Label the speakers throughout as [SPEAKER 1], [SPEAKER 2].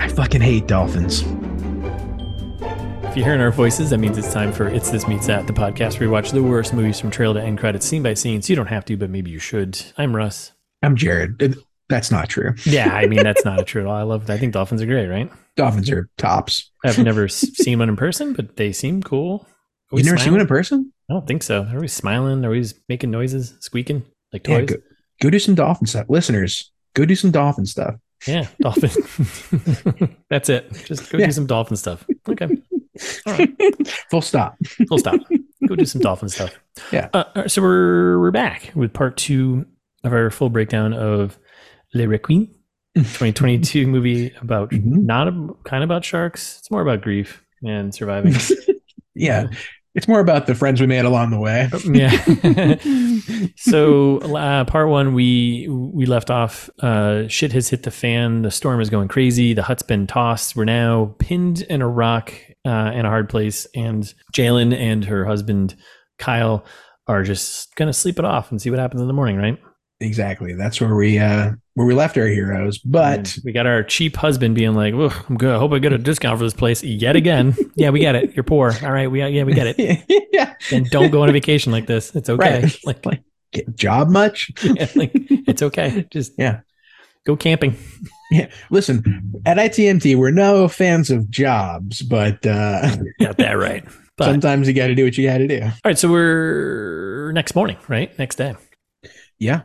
[SPEAKER 1] I fucking hate dolphins.
[SPEAKER 2] If you're hearing our voices, that means it's time for It's This Meets That, the podcast where we watch the worst movies from trail to end credits, scene by scene. So you don't have to, but maybe you should. I'm Russ.
[SPEAKER 1] I'm Jared. It- that's not true.
[SPEAKER 2] Yeah, I mean that's not a true at all. I love. I think dolphins are great, right?
[SPEAKER 1] Dolphins are tops.
[SPEAKER 2] I've never s- seen one in person, but they seem cool. Are we
[SPEAKER 1] You've never seen one
[SPEAKER 2] smiling?
[SPEAKER 1] in person?
[SPEAKER 2] I don't think so. Are always smiling? Are always making noises, squeaking like
[SPEAKER 1] Yeah,
[SPEAKER 2] toys?
[SPEAKER 1] go, go do some dolphin stuff. Listeners, go do some dolphin stuff.
[SPEAKER 2] Yeah, dolphin. That's it. Just go
[SPEAKER 1] Yeah.
[SPEAKER 2] do some dolphin stuff. Okay,
[SPEAKER 1] Full stop.
[SPEAKER 2] full stop. go do some dolphin stuff.
[SPEAKER 1] Yeah.
[SPEAKER 2] Uh, all right, so we're we're back with part two of our full breakdown of Le Requiem, 2022 movie about
[SPEAKER 1] Mhm.
[SPEAKER 2] not a, kind of about sharks. It's more about grief and surviving.
[SPEAKER 1] yeah. It's more about the friends we made along the way.
[SPEAKER 2] yeah. so uh, part one we we left off uh shit has hit the fan the storm is going crazy the hut's been tossed we're now pinned in a rock uh in a hard place and jalen and her husband kyle are just gonna sleep it off and see what happens in the morning right
[SPEAKER 1] exactly. That's where we uh where we left our heroes. But
[SPEAKER 2] And we got our cheap husband being like "Ugh, i'm good i hope i get a discount for this place yet again yeah we get it you're poor all right we yeah we get it
[SPEAKER 1] yeah.
[SPEAKER 2] and don't go on a vacation like this it's okay
[SPEAKER 1] Right.
[SPEAKER 2] like
[SPEAKER 1] Get job much?
[SPEAKER 2] yeah, like it's okay. Just
[SPEAKER 1] Yeah.
[SPEAKER 2] go camping.
[SPEAKER 1] Yeah. Listen, at ITMT, we're no fans of jobs, but uh
[SPEAKER 2] Got that right. But
[SPEAKER 1] sometimes you gotta do what you gotta do.
[SPEAKER 2] all right, so we're next morning, right? Next day,
[SPEAKER 1] Yeah.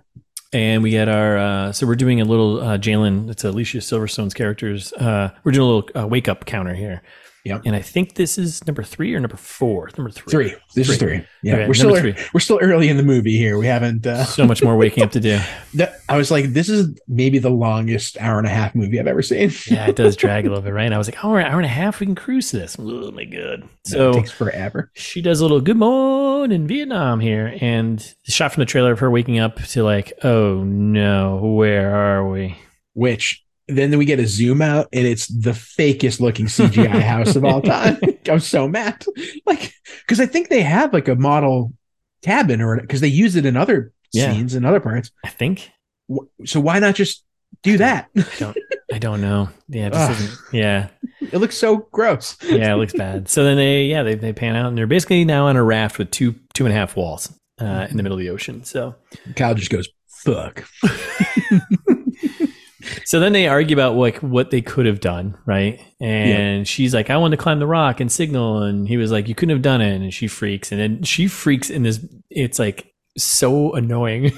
[SPEAKER 2] and we get our. Uh, so we're doing a little uh, Jalen. It's Alicia Silverstone's characters. Uh, we're doing a little uh, wake up counter here.
[SPEAKER 1] Yep.
[SPEAKER 2] And I think this is number three or number four. Number three.
[SPEAKER 1] Three. This is three. Yeah.
[SPEAKER 2] Okay,
[SPEAKER 1] we're still
[SPEAKER 2] number
[SPEAKER 1] ear- we're still early in the movie here. We haven't uh
[SPEAKER 2] So much more waking up to do.
[SPEAKER 1] that, I was like, this is maybe the longest hour and a half movie I've ever seen.
[SPEAKER 2] Yeah, it does drag a little bit, right? And I was like, hour, hour and a half, we can cruise to this. Oh my god! So
[SPEAKER 1] it takes forever.
[SPEAKER 2] she does a little good morning Vietnam here, and the shot from the trailer of her waking up to like, oh no, where are we?
[SPEAKER 1] Which then we get a zoom out and it's the fakest looking CGI house of all time. I'm so mad. Like, because I think they have like a model cabin or because they use it in other
[SPEAKER 2] Yeah.
[SPEAKER 1] scenes and other parts.
[SPEAKER 2] I think
[SPEAKER 1] Wh- So why not just do that?
[SPEAKER 2] I don't, I don't know. Yeah, it just
[SPEAKER 1] Ugh.
[SPEAKER 2] isn't, yeah,
[SPEAKER 1] It looks so gross.
[SPEAKER 2] yeah, it looks bad. So then they, yeah, they they pan out, and they're basically now on a raft with two two and a half walls uh, in the middle of the ocean. So
[SPEAKER 1] Kyle just goes, fuck.
[SPEAKER 2] so then they argue about like what they could have done, right? And she's like, I wanted to climb the rock and signal, and he was like, You couldn't have done it, and she freaks, and then she freaks in this. It's like so annoying.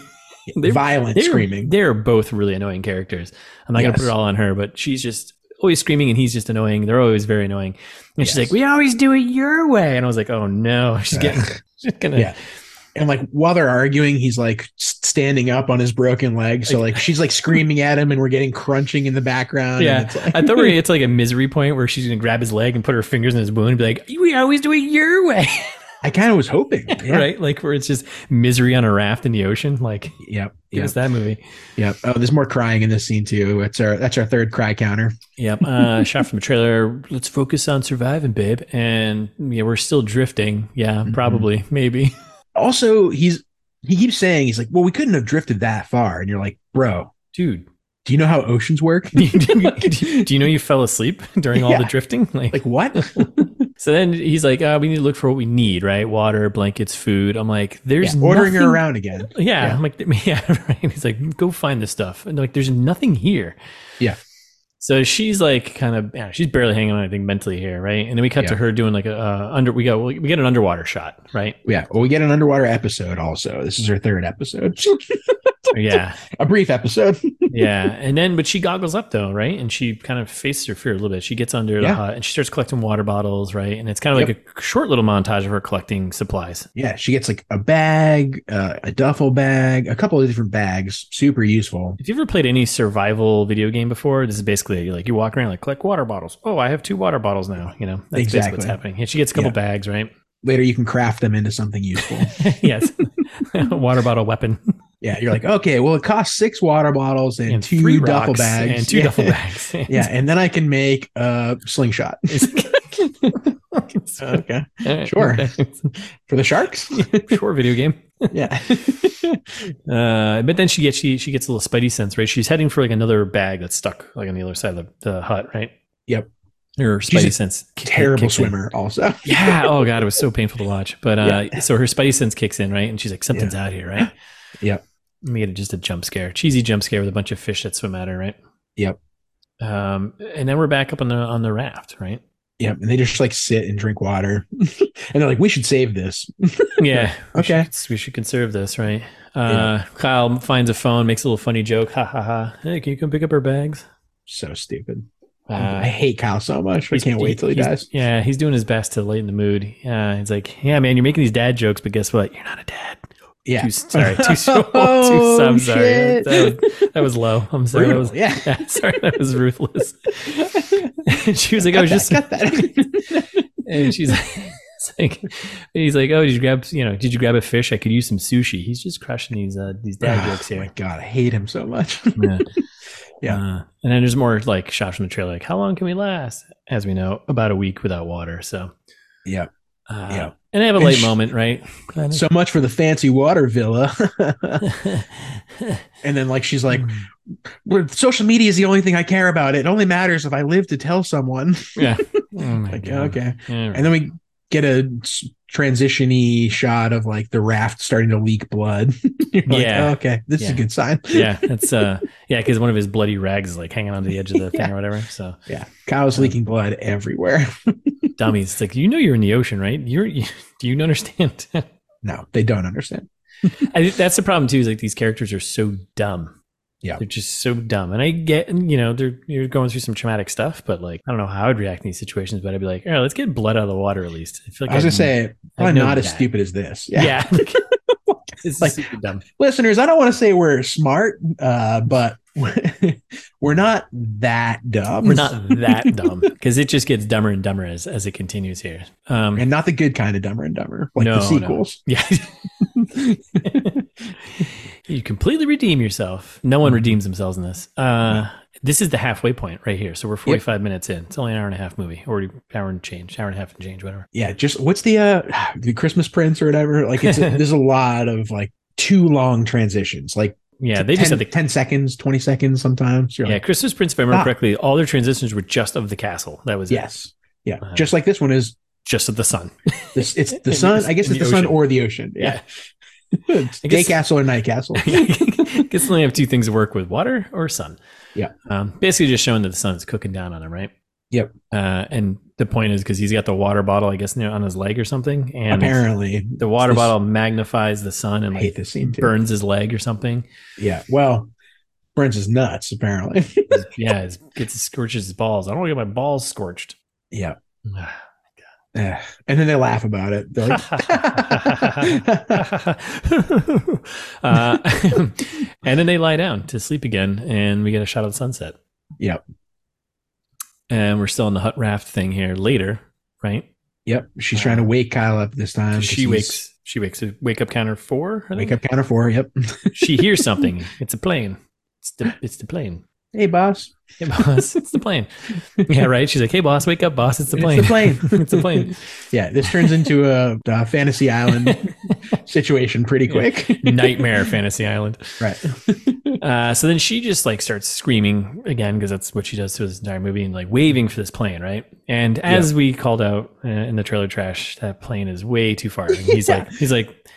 [SPEAKER 2] They-
[SPEAKER 1] Violent
[SPEAKER 2] They're-
[SPEAKER 1] screaming.
[SPEAKER 2] They're both really annoying characters. I'm not gonna
[SPEAKER 1] Yes.
[SPEAKER 2] put it all on her, but she's just always screaming and he's just annoying. They're always very annoying. And she's
[SPEAKER 1] Yes.
[SPEAKER 2] like, "We always do it your way," and I was like, "Oh no, she's getting she's gonna."
[SPEAKER 1] Yeah. and like while they're arguing he's like s- standing up on his broken leg so like she's like screaming at him and we're getting crunching in the background
[SPEAKER 2] Yeah.
[SPEAKER 1] and it's like,
[SPEAKER 2] I thought we it's like a misery point where she's gonna grab his leg and put her fingers in his wound and be like, "We always do it your way,"
[SPEAKER 1] i kind of was hoping yeah.
[SPEAKER 2] right? Like where it's just misery on a raft in the ocean. Like
[SPEAKER 1] yep
[SPEAKER 2] it
[SPEAKER 1] yep
[SPEAKER 2] was that movie.
[SPEAKER 1] yep oh there's more crying in this scene too it's our that's our third cry counter
[SPEAKER 2] Yep. Uh, shot from a trailer. Let's focus on surviving, babe. And yeah, we're still drifting. Yeah,
[SPEAKER 1] Mhm.
[SPEAKER 2] probably, maybe.
[SPEAKER 1] also he's he keeps saying he's like well we couldn't have drifted that far and you're like bro
[SPEAKER 2] Dude,
[SPEAKER 1] do you know how oceans work
[SPEAKER 2] do you do you know you fell asleep during all the
[SPEAKER 1] Yeah.
[SPEAKER 2] drifting? Like,
[SPEAKER 1] like what
[SPEAKER 2] so then he's like, uh, "We need to look for what we need, right? Water, blankets, food." I'm like, "There's
[SPEAKER 1] Yeah, ordering her
[SPEAKER 2] nothing-
[SPEAKER 1] around again
[SPEAKER 2] Yeah,
[SPEAKER 1] Yeah.
[SPEAKER 2] I'm like, "Yeah, right." He's like, "Go find this stuff," and they're like, "There's nothing here."
[SPEAKER 1] Yeah.
[SPEAKER 2] So she's like, kind of, yeah, she's barely hanging on, I think, mentally here, right? And then we cut to
[SPEAKER 1] Yeah.
[SPEAKER 2] her doing like a uh, under. We got we get an underwater shot, right?
[SPEAKER 1] yeah well we get an underwater episode also this is her third episode
[SPEAKER 2] yeah,
[SPEAKER 1] a brief episode
[SPEAKER 2] yeah and then but she goggles up though right and she kind of faces her fear a little bit she gets under the
[SPEAKER 1] Yeah.
[SPEAKER 2] hut and she starts collecting water bottles right and it's kind of like a short little montage of her collecting supplies
[SPEAKER 1] Yeah, she gets like a bag, uh, a duffel bag, a couple of different bags. Super useful.
[SPEAKER 2] if you ever played any survival video game before this is basically like you walk around like collect water bottles oh i have two water bottles now you know that's basically what's
[SPEAKER 1] Exactly.
[SPEAKER 2] happening and she gets a couple
[SPEAKER 1] Yeah.
[SPEAKER 2] bags right
[SPEAKER 1] Later, you can craft them into something useful.
[SPEAKER 2] yes water bottle weapon
[SPEAKER 1] yeah, you're like, okay, well, it costs six water bottles and,
[SPEAKER 2] three
[SPEAKER 1] two duffel
[SPEAKER 2] rocks
[SPEAKER 1] bags
[SPEAKER 2] and two
[SPEAKER 1] yeah.
[SPEAKER 2] duffel bags
[SPEAKER 1] yeah, and then I can make a slingshot.
[SPEAKER 2] It's-
[SPEAKER 1] okay.
[SPEAKER 2] All right.
[SPEAKER 1] Uh, Sure. For the sharks?
[SPEAKER 2] sure, video game.
[SPEAKER 1] Yeah.
[SPEAKER 2] Uh, but then she gets she she gets a little spidey sense, right? She's heading for like another bag that's stuck like on the other side of the, the hut, right?
[SPEAKER 1] Yep.
[SPEAKER 2] Her
[SPEAKER 1] She's
[SPEAKER 2] spidey
[SPEAKER 1] a
[SPEAKER 2] sense. kick-
[SPEAKER 1] Terrible
[SPEAKER 2] kicks in.
[SPEAKER 1] swimmer, also.
[SPEAKER 2] Yeah. Oh god, it was so painful to watch. But uh, so her spidey sense kicks in, right? And she's like, something's out here, right?
[SPEAKER 1] Yep.
[SPEAKER 2] And we get just a jump scare, cheesy jump scare with a bunch of fish that swim at her, right?
[SPEAKER 1] Yep.
[SPEAKER 2] Um, and then we're back up on the on the raft, right?
[SPEAKER 1] Yep. And they just like sit and drink water. and they're like, we should save this.
[SPEAKER 2] Yeah. we
[SPEAKER 1] Okay.
[SPEAKER 2] should- we should conserve this, right? Uh,
[SPEAKER 1] Yeah.
[SPEAKER 2] Kyle finds a phone, makes a little funny joke. Ha ha ha. Hey, can you come pick up our bags?
[SPEAKER 1] So stupid.
[SPEAKER 2] Uh,
[SPEAKER 1] I hate Kyle so much. I
[SPEAKER 2] he's-
[SPEAKER 1] can't wait till he
[SPEAKER 2] he's-
[SPEAKER 1] dies.
[SPEAKER 2] Yeah, he's doing his best to lighten the mood. Yeah, he's like, yeah, man, you're making these dad jokes, but guess what? You're not a dad.
[SPEAKER 1] Yeah.
[SPEAKER 2] Too, sorry, too, too,
[SPEAKER 1] Oh,
[SPEAKER 2] I'm sorry.
[SPEAKER 1] shit.
[SPEAKER 2] That, was, that was low. I'm sorry. That
[SPEAKER 1] Brutal.
[SPEAKER 2] was,
[SPEAKER 1] yeah.
[SPEAKER 2] yeah, sorry, that was ruthless. she was like, I was just,
[SPEAKER 1] got that.
[SPEAKER 2] and she's like, it's like- and he's like, oh, did you grab, you know, did you grab a fish? I could use some sushi. He's just crushing these uh, these dad jokes
[SPEAKER 1] Oh my
[SPEAKER 2] here.
[SPEAKER 1] God, I hate him so much.
[SPEAKER 2] Yeah.
[SPEAKER 1] Yeah.
[SPEAKER 2] Uh, and then there's more like shots from the trailer, like how long can we last? As we know, about a week without water. So
[SPEAKER 1] Yep.
[SPEAKER 2] uh,
[SPEAKER 1] Yep.
[SPEAKER 2] And they have a
[SPEAKER 1] And
[SPEAKER 2] late
[SPEAKER 1] sh-
[SPEAKER 2] moment, right?
[SPEAKER 1] so much for the fancy water villa. and then like she's like,
[SPEAKER 2] Mm.
[SPEAKER 1] "Well, social media is the only thing I care about. It only matters if I live to tell someone.
[SPEAKER 2] yeah. Oh my
[SPEAKER 1] Like,
[SPEAKER 2] God.
[SPEAKER 1] okay.
[SPEAKER 2] All right.
[SPEAKER 1] And then we get a s- transition-y shot of like the raft starting to leak blood. You're like,
[SPEAKER 2] Yeah.
[SPEAKER 1] "Oh, okay, this is
[SPEAKER 2] Yeah.
[SPEAKER 1] a good sign.
[SPEAKER 2] yeah, that's uh, yeah, because one of his bloody rags is like hanging onto the edge of the thing
[SPEAKER 1] Yeah.
[SPEAKER 2] or whatever. So
[SPEAKER 1] Yeah. Kyle's leaking blood everywhere.
[SPEAKER 2] dummies, it's like you know you're in the ocean, right? You're you, do you understand?
[SPEAKER 1] No, they don't understand.
[SPEAKER 2] I think that's the problem too. Is like these characters are so dumb.
[SPEAKER 1] Yeah.
[SPEAKER 2] they're just so dumb. And I get, you know, they're you're going through some traumatic stuff, but like I don't know how I'd react in these situations. But I'd be like, all right, let's get blood out of the water at least. I feel like
[SPEAKER 1] I was
[SPEAKER 2] I'd-
[SPEAKER 1] gonna say, probably
[SPEAKER 2] know
[SPEAKER 1] not as
[SPEAKER 2] that.
[SPEAKER 1] stupid as this.
[SPEAKER 2] yeah. like, it's
[SPEAKER 1] Like-
[SPEAKER 2] super dumb.
[SPEAKER 1] listeners, I don't want to say we're smart, uh, but we're not that dumb.
[SPEAKER 2] We're not that dumb because it just gets dumber and dumber as as it continues here. Um,
[SPEAKER 1] and not the good kind of dumber and dumber, like the
[SPEAKER 2] No, no.
[SPEAKER 1] sequels.
[SPEAKER 2] Yeah. you completely redeem yourself. No
[SPEAKER 1] Mm-hmm.
[SPEAKER 2] one redeems themselves in this. Uh, this is the halfway point right here. So we're 45 minutes in. It's only an hour and a half movie, or hour and change, hour and a half and change, whatever.
[SPEAKER 1] Yeah, just what's the uh the Christmas Prince or whatever? Like it's there's a lot of like too long transitions, like
[SPEAKER 2] Yeah, they
[SPEAKER 1] 10,
[SPEAKER 2] just had the.
[SPEAKER 1] 10 seconds, 20 seconds sometimes. You're
[SPEAKER 2] Yeah,
[SPEAKER 1] like,
[SPEAKER 2] Christmas Prince, if I remember
[SPEAKER 1] Ah.
[SPEAKER 2] correctly, all their transitions were just of the castle. That was it.
[SPEAKER 1] yes. Yeah.
[SPEAKER 2] Uh-huh.
[SPEAKER 1] just like this one is
[SPEAKER 2] Just of the sun.
[SPEAKER 1] this it's
[SPEAKER 2] In
[SPEAKER 1] the sun.
[SPEAKER 2] the-
[SPEAKER 1] I guess
[SPEAKER 2] in
[SPEAKER 1] it's the,
[SPEAKER 2] the
[SPEAKER 1] sun
[SPEAKER 2] ocean.
[SPEAKER 1] or the ocean. Yeah. It's
[SPEAKER 2] I guess-
[SPEAKER 1] Day castle or night castle.
[SPEAKER 2] I guess they only have two things to work with water or sun.
[SPEAKER 1] Yeah.
[SPEAKER 2] Um, basically, just showing that the sun's cooking down on him, right?
[SPEAKER 1] Yep.
[SPEAKER 2] Uh, and the point is because he's got the water bottle, I guess, near, on his leg or something. And
[SPEAKER 1] Apparently.
[SPEAKER 2] the water
[SPEAKER 1] This-
[SPEAKER 2] bottle magnifies the sun and
[SPEAKER 1] I hate
[SPEAKER 2] like
[SPEAKER 1] this scene too.
[SPEAKER 2] burns his leg or something.
[SPEAKER 1] Yeah. Well, Burns is nuts, apparently.
[SPEAKER 2] yeah, it gets scorches his balls. I don't want to get my balls scorched. Uh,
[SPEAKER 1] yeah. Eh, And then they laugh about it. They're like,
[SPEAKER 2] uh, and then they lie down to sleep again, and we get a shot of the sunset.
[SPEAKER 1] Yep.
[SPEAKER 2] And we're still on the hut raft thing here later, right?
[SPEAKER 1] yep. She's trying to wake Kyle up this time. 'cause
[SPEAKER 2] She
[SPEAKER 1] he's-
[SPEAKER 2] wakes. She wakes. Wake up counter four. I
[SPEAKER 1] Uh, Wake
[SPEAKER 2] think?
[SPEAKER 1] up counter four. Yep.
[SPEAKER 2] She hears something. It's a plane. It's the. It's the plane.
[SPEAKER 1] Hey, boss.
[SPEAKER 2] Hey boss, it's the plane. Yeah, right. She's like, "Hey boss, wake up, boss. It's the
[SPEAKER 1] It's
[SPEAKER 2] plane.
[SPEAKER 1] the plane.
[SPEAKER 2] it's the plane."
[SPEAKER 1] Yeah. This turns into a, uh fantasy island situation pretty quick.
[SPEAKER 2] Nightmare Fantasy Island.
[SPEAKER 1] Right.
[SPEAKER 2] Uh, so then she just like starts screaming again because that's what she does through this entire movie and like waving for this plane, right? And as we called out uh, in the trailer trash, that plane is way too far. And he's
[SPEAKER 1] Yeah.
[SPEAKER 2] like, he's like,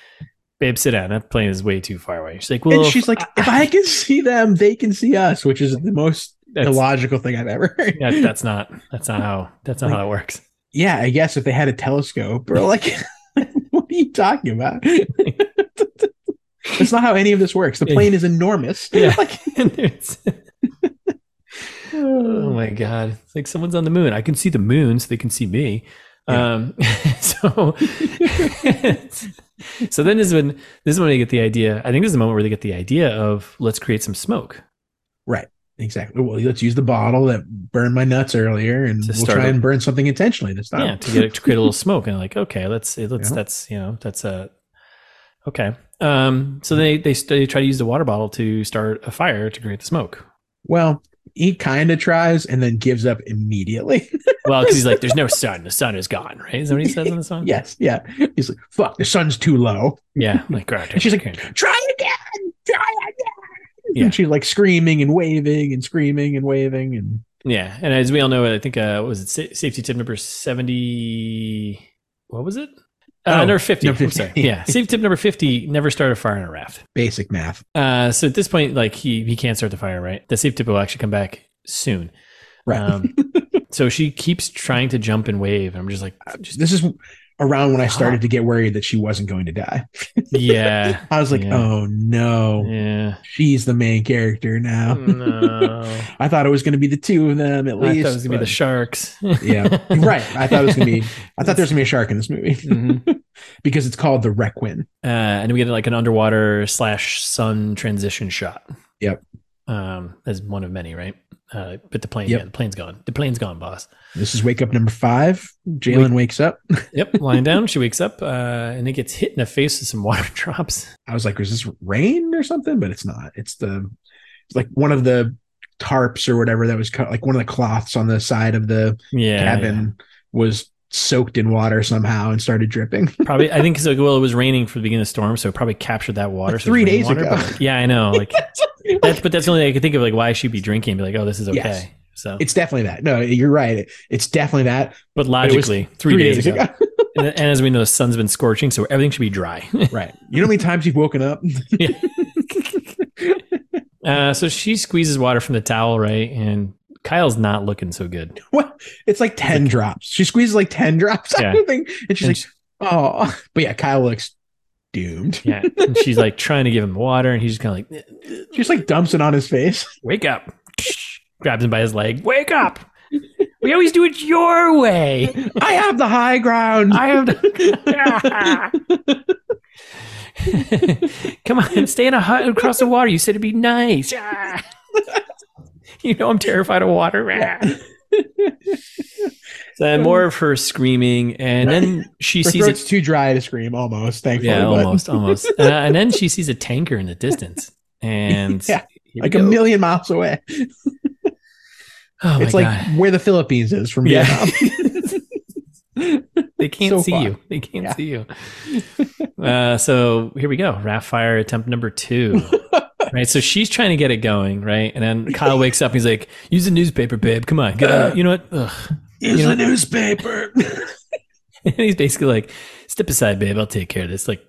[SPEAKER 2] "Babe, sit down. That plane is way too far away." She's like, "Well,
[SPEAKER 1] and she's like, if I can see them, they can see us, which is the most
[SPEAKER 2] that's,
[SPEAKER 1] illogical thing I've ever heard. Yeah.
[SPEAKER 2] that- that's not that's not how that's not how that works."
[SPEAKER 1] I guess if they had a telescope or like, what are you talking about? That's not how any of this works. The plane is enormous.
[SPEAKER 2] Yeah. And there's- Oh my god! It's like someone's on the moon. I can see the moon, so they can see me. Um, so, so then this is when this is when they get the idea. I think this is the moment where they get the idea of let's create some smoke.
[SPEAKER 1] Exactly. Well, let's use the bottle that burned my nuts earlier, and
[SPEAKER 2] To
[SPEAKER 1] we'll
[SPEAKER 2] start
[SPEAKER 1] try
[SPEAKER 2] a-
[SPEAKER 1] and burn something intentionally this time.
[SPEAKER 2] Yeah, to get to create a little smoke and like okay, let's let's
[SPEAKER 1] Yeah.
[SPEAKER 2] that's you know that's a okay. Um, so they they st- they try to use the water bottle to start a fire to create the smoke.
[SPEAKER 1] Well, he kind of tries and then gives up immediately.
[SPEAKER 2] Well, because he's like, there's no sun. The sun is gone, right? Is that what he says in the song?
[SPEAKER 1] yes, yeah. He's like, "Fuck, the sun's too low."
[SPEAKER 2] Yeah. Like, God,
[SPEAKER 1] And she's like,
[SPEAKER 2] okay.
[SPEAKER 1] "Try again, try again."
[SPEAKER 2] Yeah.
[SPEAKER 1] And she's like screaming and waving and screaming and waving and
[SPEAKER 2] yeah. And as we all know, I think, uh, what was it Sa- safety tip number 70? What was it? Uh,
[SPEAKER 1] Oh,
[SPEAKER 2] number 50.
[SPEAKER 1] number
[SPEAKER 2] I'm
[SPEAKER 1] 50.
[SPEAKER 2] sorry. Yeah. Safety tip number 50 never start a fire in a raft.
[SPEAKER 1] basic math.
[SPEAKER 2] Uh, so at this point, like he he can't start the fire, right? The safe tip will actually come back soon.
[SPEAKER 1] Right.
[SPEAKER 2] Um, so she keeps trying to jump and wave, and I'm just like, just
[SPEAKER 1] this is around when I started to get worried that she wasn't going to die.
[SPEAKER 2] yeah,
[SPEAKER 1] I was like,
[SPEAKER 2] Yeah.
[SPEAKER 1] "Oh no,
[SPEAKER 2] yeah, Hmm.
[SPEAKER 1] she's the main character now."
[SPEAKER 2] no.
[SPEAKER 1] I thought it was going to be the two of them at
[SPEAKER 2] I
[SPEAKER 1] least.
[SPEAKER 2] thought it was gonna be the
[SPEAKER 1] but-
[SPEAKER 2] sharks.
[SPEAKER 1] yeah, right. I thought it was going to be. I thought there was going to be a shark in this movie
[SPEAKER 2] Mhm.
[SPEAKER 1] because it's called the Requin.
[SPEAKER 2] Uh, and we get like an underwater slash sun transition shot.
[SPEAKER 1] Yep.
[SPEAKER 2] Um, as one of many, right? Uh, but the plane,
[SPEAKER 1] Yep.
[SPEAKER 2] yeah, the plane's gone. The plane's gone, boss.
[SPEAKER 1] This is wake up number five. Jalen wakes up.
[SPEAKER 2] Yep, lying down, she wakes up, uh, and it gets hit in the face with some water drops.
[SPEAKER 1] I was like, is this rain or something? But it's not. It's the it's like one of the tarps or whatever that was cut, like one of the cloths on the side of the
[SPEAKER 2] Yeah, yeah.
[SPEAKER 1] cabin was soaked in water somehow and started dripping.
[SPEAKER 2] probably i think so well it was raining for the beginning of the storm so it probably captured that water
[SPEAKER 1] Like
[SPEAKER 2] so it
[SPEAKER 1] three
[SPEAKER 2] was
[SPEAKER 1] days
[SPEAKER 2] rainwater,
[SPEAKER 1] ago.
[SPEAKER 2] but, like, yeah i know like that's but that's the only thing i could think of like why she'd be drinking and be like oh this is okay
[SPEAKER 1] Yes.
[SPEAKER 2] so
[SPEAKER 1] it's definitely that. No, you're right. it's definitely that.
[SPEAKER 2] but
[SPEAKER 1] it was
[SPEAKER 2] logically three, days, ago, and, and as we know the sun's been scorching so everything should be dry
[SPEAKER 1] right. You know how many times you've woken up?
[SPEAKER 2] uh, so she squeezes water from the towel right and kyle's not looking so good
[SPEAKER 1] What? It's like 10 drops. She squeezes like 10 drops out
[SPEAKER 2] Yeah.
[SPEAKER 1] of the thing. And she's
[SPEAKER 2] and,
[SPEAKER 1] like, oh. But yeah, Kyle looks doomed.
[SPEAKER 2] she- yeah, and she's like trying to give him water and he's just kind of like "Uh,
[SPEAKER 1] She just like dumps it on his face.
[SPEAKER 2] wake up grabs him by his leg wake up we always do it your way
[SPEAKER 1] I have the high ground.
[SPEAKER 2] I have. Come on, stay in a hut across the water. You said it'd be nice. you know I'm terrified of water. then more of her screaming, and then she
[SPEAKER 1] Her
[SPEAKER 2] sees
[SPEAKER 1] throat's
[SPEAKER 2] it.
[SPEAKER 1] too dry to scream almost, thankfully.
[SPEAKER 2] Yeah,
[SPEAKER 1] but-
[SPEAKER 2] almost, almost. Uh, and then she sees a tanker in the distance, and
[SPEAKER 1] Yeah,
[SPEAKER 2] here we
[SPEAKER 1] Like a
[SPEAKER 2] go.
[SPEAKER 1] million miles away.
[SPEAKER 2] Oh my
[SPEAKER 1] it's like
[SPEAKER 2] God.
[SPEAKER 1] where the Philippines is from
[SPEAKER 2] Yeah.
[SPEAKER 1] Vietnam.
[SPEAKER 2] they can't
[SPEAKER 1] So
[SPEAKER 2] see
[SPEAKER 1] far.
[SPEAKER 2] you. They can't
[SPEAKER 1] Yeah.
[SPEAKER 2] see you. Uh, so here we go. Raft fire attempt number two. right. So she's trying to get it going, right? And then Kyle wakes up. And he's like, "Use the newspaper, babe. Come on. Get out. You know what? Ugh.
[SPEAKER 1] Use
[SPEAKER 2] You know-
[SPEAKER 1] the newspaper.
[SPEAKER 2] And he's basically like, "Step aside, babe. I'll take care of this." Like,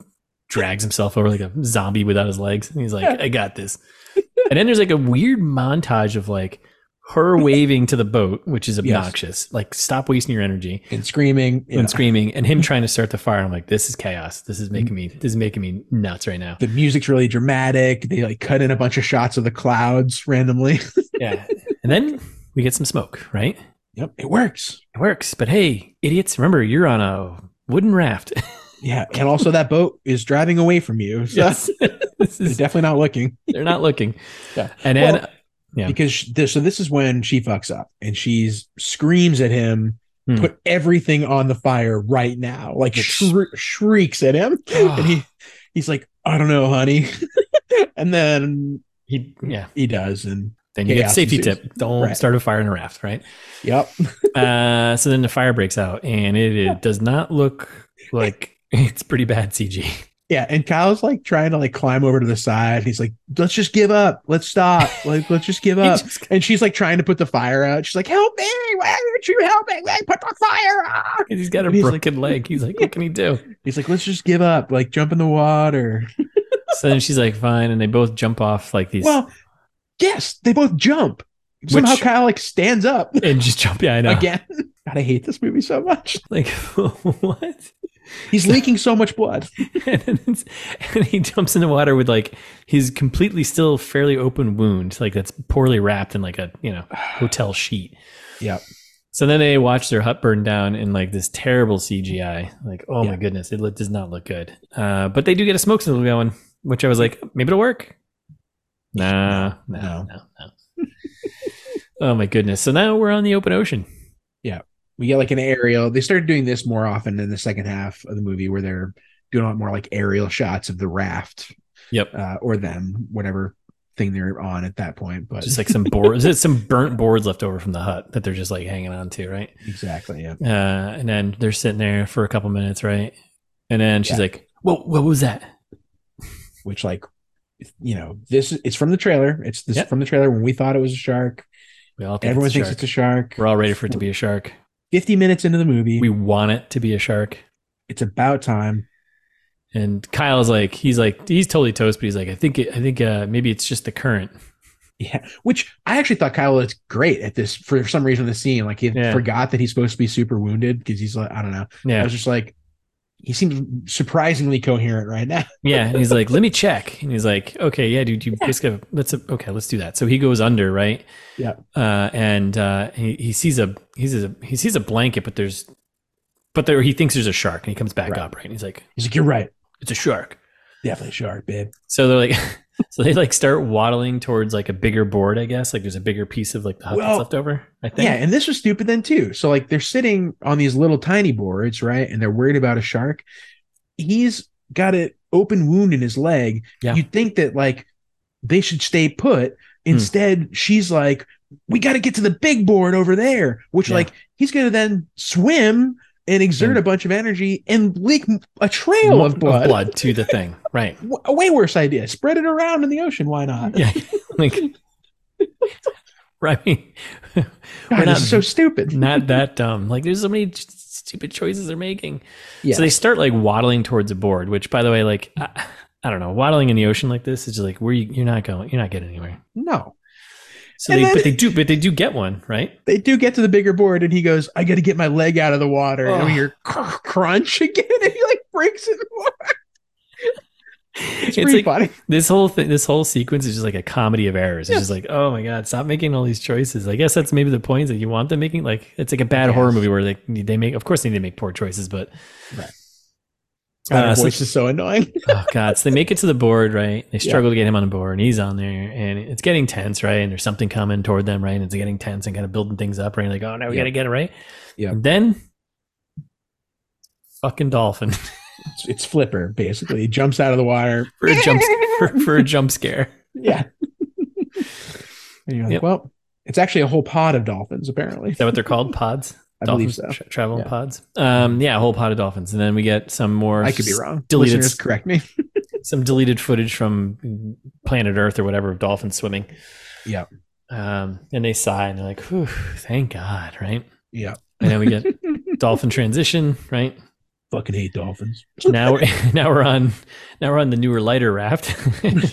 [SPEAKER 2] drags himself over like a zombie without his legs, and he's like, "I got this." And then there's like a weird montage of like her waving to the boat, which is
[SPEAKER 1] Yes.
[SPEAKER 2] obnoxious. Like, stop wasting your energy.
[SPEAKER 1] and screaming. yeah.
[SPEAKER 2] and screaming and him trying to start the fire. I'm like, this is chaos. This is making me this is making me nuts right now.
[SPEAKER 1] the music's really dramatic. They like cut in a bunch of shots of the clouds randomly.
[SPEAKER 2] Yeah. and then we get some smoke, right?
[SPEAKER 1] Yep, it works.
[SPEAKER 2] It works. But hey, idiots, remember you're on a wooden raft.
[SPEAKER 1] Yeah, and also that boat is driving away from you. So
[SPEAKER 2] yes. this
[SPEAKER 1] they're
[SPEAKER 2] is
[SPEAKER 1] definitely not looking
[SPEAKER 2] they're not looking.
[SPEAKER 1] Yeah.
[SPEAKER 2] And then
[SPEAKER 1] Well,
[SPEAKER 2] Yeah.
[SPEAKER 1] because sh- this, so this is when she fucks up and she screams at him,
[SPEAKER 2] Hmm.
[SPEAKER 1] put everything on the fire right now, like
[SPEAKER 2] Like,
[SPEAKER 1] shri- shrieks at him,
[SPEAKER 2] Ah.
[SPEAKER 1] and he he's like, I don't know, honey, and then
[SPEAKER 2] he yeah.
[SPEAKER 1] he does, and
[SPEAKER 2] Then you get the
[SPEAKER 1] Chaos
[SPEAKER 2] safety
[SPEAKER 1] ensues.
[SPEAKER 2] tip. Don't
[SPEAKER 1] Right.
[SPEAKER 2] start a fire in a raft, right?
[SPEAKER 1] yep,
[SPEAKER 2] Uh so then the fire breaks out and it, it does not look like it's pretty bad CG.
[SPEAKER 1] yeah, and Kyle's like trying to like climb over to the side. He's like, let's just give up, let's stop, like let's just give
[SPEAKER 2] He
[SPEAKER 1] up.
[SPEAKER 2] just-
[SPEAKER 1] And she's like trying to put the fire out. She's like, "Help me! Why aren't you helping me? Put the fire out!"
[SPEAKER 2] he's got a
[SPEAKER 1] And he's like-
[SPEAKER 2] broken leg. He's like, what can he do?
[SPEAKER 1] He's like, "Let's just give up. Like, jump in the water."
[SPEAKER 2] so then she's like, fine, and they both jump off like these
[SPEAKER 1] Well, yes, they both jump. Somehow
[SPEAKER 2] Which-
[SPEAKER 1] Kyle like stands up
[SPEAKER 2] and just jump. Yeah, I know.
[SPEAKER 1] again. God, I hate this movie so much.
[SPEAKER 2] Like what?
[SPEAKER 1] He's leaking so much blood.
[SPEAKER 2] And, then it's- and he jumps in the water with like his completely still fairly open wound, like that's poorly wrapped in like a you know hotel sheet.
[SPEAKER 1] Yep.
[SPEAKER 2] So then they watch their hut burn down in like this terrible CGI. Like, oh my
[SPEAKER 1] Yeah.
[SPEAKER 2] goodness, it lo- does not look good. Uh, but they do get a smoke signal going, which I was like, maybe it'll work. Nah, no, no,
[SPEAKER 1] No.
[SPEAKER 2] no. oh my goodness. So now we're on the open ocean.
[SPEAKER 1] We get like an aerial. They started doing this more often in the second half of the movie, where they're doing a lot more like aerial shots of the raft
[SPEAKER 2] Yep.
[SPEAKER 1] uh, or them, whatever thing they're on at that point. But
[SPEAKER 2] Just like some boards, it's some burnt boards left over from the hut that they're just like hanging on to, right?
[SPEAKER 1] exactly, yeah.
[SPEAKER 2] Uh, and then they're sitting there for a couple minutes, right? And then she's
[SPEAKER 1] Yeah.
[SPEAKER 2] like, "Whoa, what was that?"
[SPEAKER 1] Which like, you know, this it's from the trailer. It's this
[SPEAKER 2] Yeah.
[SPEAKER 1] from the trailer when we thought it was a shark.
[SPEAKER 2] We all think
[SPEAKER 1] Everyone
[SPEAKER 2] it's a
[SPEAKER 1] thinks
[SPEAKER 2] shark.
[SPEAKER 1] it's a shark.
[SPEAKER 2] We're all ready for it to be a shark.
[SPEAKER 1] Fifty minutes into the movie,
[SPEAKER 2] We want it to be a shark.
[SPEAKER 1] it's about time.
[SPEAKER 2] And Kyle's like, he's like, he's totally toast, but he's like, I think, it, I think, uh, maybe it's just the current.
[SPEAKER 1] Yeah, which I actually thought Kyle looked great at this for some reason in the scene. Like he
[SPEAKER 2] Yeah.
[SPEAKER 1] forgot that he's supposed to be super wounded because he's like, I don't know. I
[SPEAKER 2] Yeah,
[SPEAKER 1] was just like, he seems surprisingly coherent right now.
[SPEAKER 2] yeah. And he's like, let me check. And he's like, okay, yeah, dude, you just gotta, let's, okay, let's do that. So he goes under, right?
[SPEAKER 1] Yeah.
[SPEAKER 2] Uh, and uh, he he sees a he sees a he sees a blanket, but there's, but there he thinks there's a shark, and he comes back
[SPEAKER 1] Right.
[SPEAKER 2] up, right? And he's like,
[SPEAKER 1] He's like, you're right,
[SPEAKER 2] it's a shark.
[SPEAKER 1] definitely a shark, babe.
[SPEAKER 2] So they're like, so they like start waddling towards like a bigger board, I guess. Like there's a bigger piece of like the hut that's
[SPEAKER 1] Well,
[SPEAKER 2] left over. I think.
[SPEAKER 1] Yeah, and this was stupid then too. So like they're sitting on these little tiny boards, right? And they're worried about a shark. He's got an open wound in his leg.
[SPEAKER 2] Yeah. Hmm.
[SPEAKER 1] You'd think that like they should stay put. Instead, she's like, "We got to get to the big board over there," which
[SPEAKER 2] Yeah.
[SPEAKER 1] like he's going to then swim and exert
[SPEAKER 2] And-
[SPEAKER 1] a bunch of energy and leak a trail
[SPEAKER 2] Mo-
[SPEAKER 1] of blood.
[SPEAKER 2] blood to the thing, right?
[SPEAKER 1] W- a way worse idea. Spread it around in the ocean. Why not?
[SPEAKER 2] Yeah, like, right. I mean,
[SPEAKER 1] God,
[SPEAKER 2] we're not-
[SPEAKER 1] this is so stupid.
[SPEAKER 2] not that dumb. Like, there's so many j- stupid choices they're making.
[SPEAKER 1] Yeah.
[SPEAKER 2] So they start like waddling towards a board, which, by the way, like, I, I don't know, waddling in the ocean like this is just like where you, you're not going, you're not getting anywhere.
[SPEAKER 1] no.
[SPEAKER 2] So
[SPEAKER 1] And
[SPEAKER 2] they,
[SPEAKER 1] then-
[SPEAKER 2] but they do, but they do get one, right?
[SPEAKER 1] they do get to the bigger board and he goes, I got to get my leg out of the water. And we
[SPEAKER 2] Ugh.
[SPEAKER 1] hear cr- crunch again and he like breaks it. in the water. It's,
[SPEAKER 2] It's
[SPEAKER 1] pretty
[SPEAKER 2] like-
[SPEAKER 1] funny.
[SPEAKER 2] This whole thing, this whole sequence is just like a comedy of errors. It's
[SPEAKER 1] Yeah.
[SPEAKER 2] just like, oh my god, stop making all these choices. I guess that's maybe the point that you want them making. Like, it's like a bad horror
[SPEAKER 1] Yes.
[SPEAKER 2] movie where like they make, of course, they need to make poor choices, but
[SPEAKER 1] Right. God,
[SPEAKER 2] Uh,
[SPEAKER 1] her
[SPEAKER 2] so-
[SPEAKER 1] voice is so annoying.
[SPEAKER 2] oh god so they make it to the board right they
[SPEAKER 1] Yeah.
[SPEAKER 2] struggle to get him on the board and he's on there and it's getting tense right and there's something coming toward them right and it's getting tense and kind of building things up right like oh no we
[SPEAKER 1] Yeah.
[SPEAKER 2] gotta get it right
[SPEAKER 1] Yeah.
[SPEAKER 2] And then fucking dolphin
[SPEAKER 1] It's, it's Flipper, basically. He jumps out of the water.
[SPEAKER 2] for a jump for, for a jump scare
[SPEAKER 1] Yeah. and you're like,
[SPEAKER 2] Yep.
[SPEAKER 1] well, it's actually a whole pod of dolphins,
[SPEAKER 2] is
[SPEAKER 1] apparently.
[SPEAKER 2] that what they're called pods
[SPEAKER 1] I
[SPEAKER 2] dolphins
[SPEAKER 1] believe so.
[SPEAKER 2] tra- travel
[SPEAKER 1] Yeah.
[SPEAKER 2] pods um yeah a whole pod of dolphins and then we get some more
[SPEAKER 1] I could be wrong.
[SPEAKER 2] deleted
[SPEAKER 1] Listeners,
[SPEAKER 2] s-
[SPEAKER 1] correct me.
[SPEAKER 2] some deleted footage from planet Earth or whatever of dolphins swimming.
[SPEAKER 1] Yeah.
[SPEAKER 2] Um, and they sigh and they're like, Whew, thank God, right?
[SPEAKER 1] Yeah.
[SPEAKER 2] And then we get dolphin transition, right?
[SPEAKER 1] Fucking hate dolphins.
[SPEAKER 2] Now we're now we're on now we're on the newer lighter raft.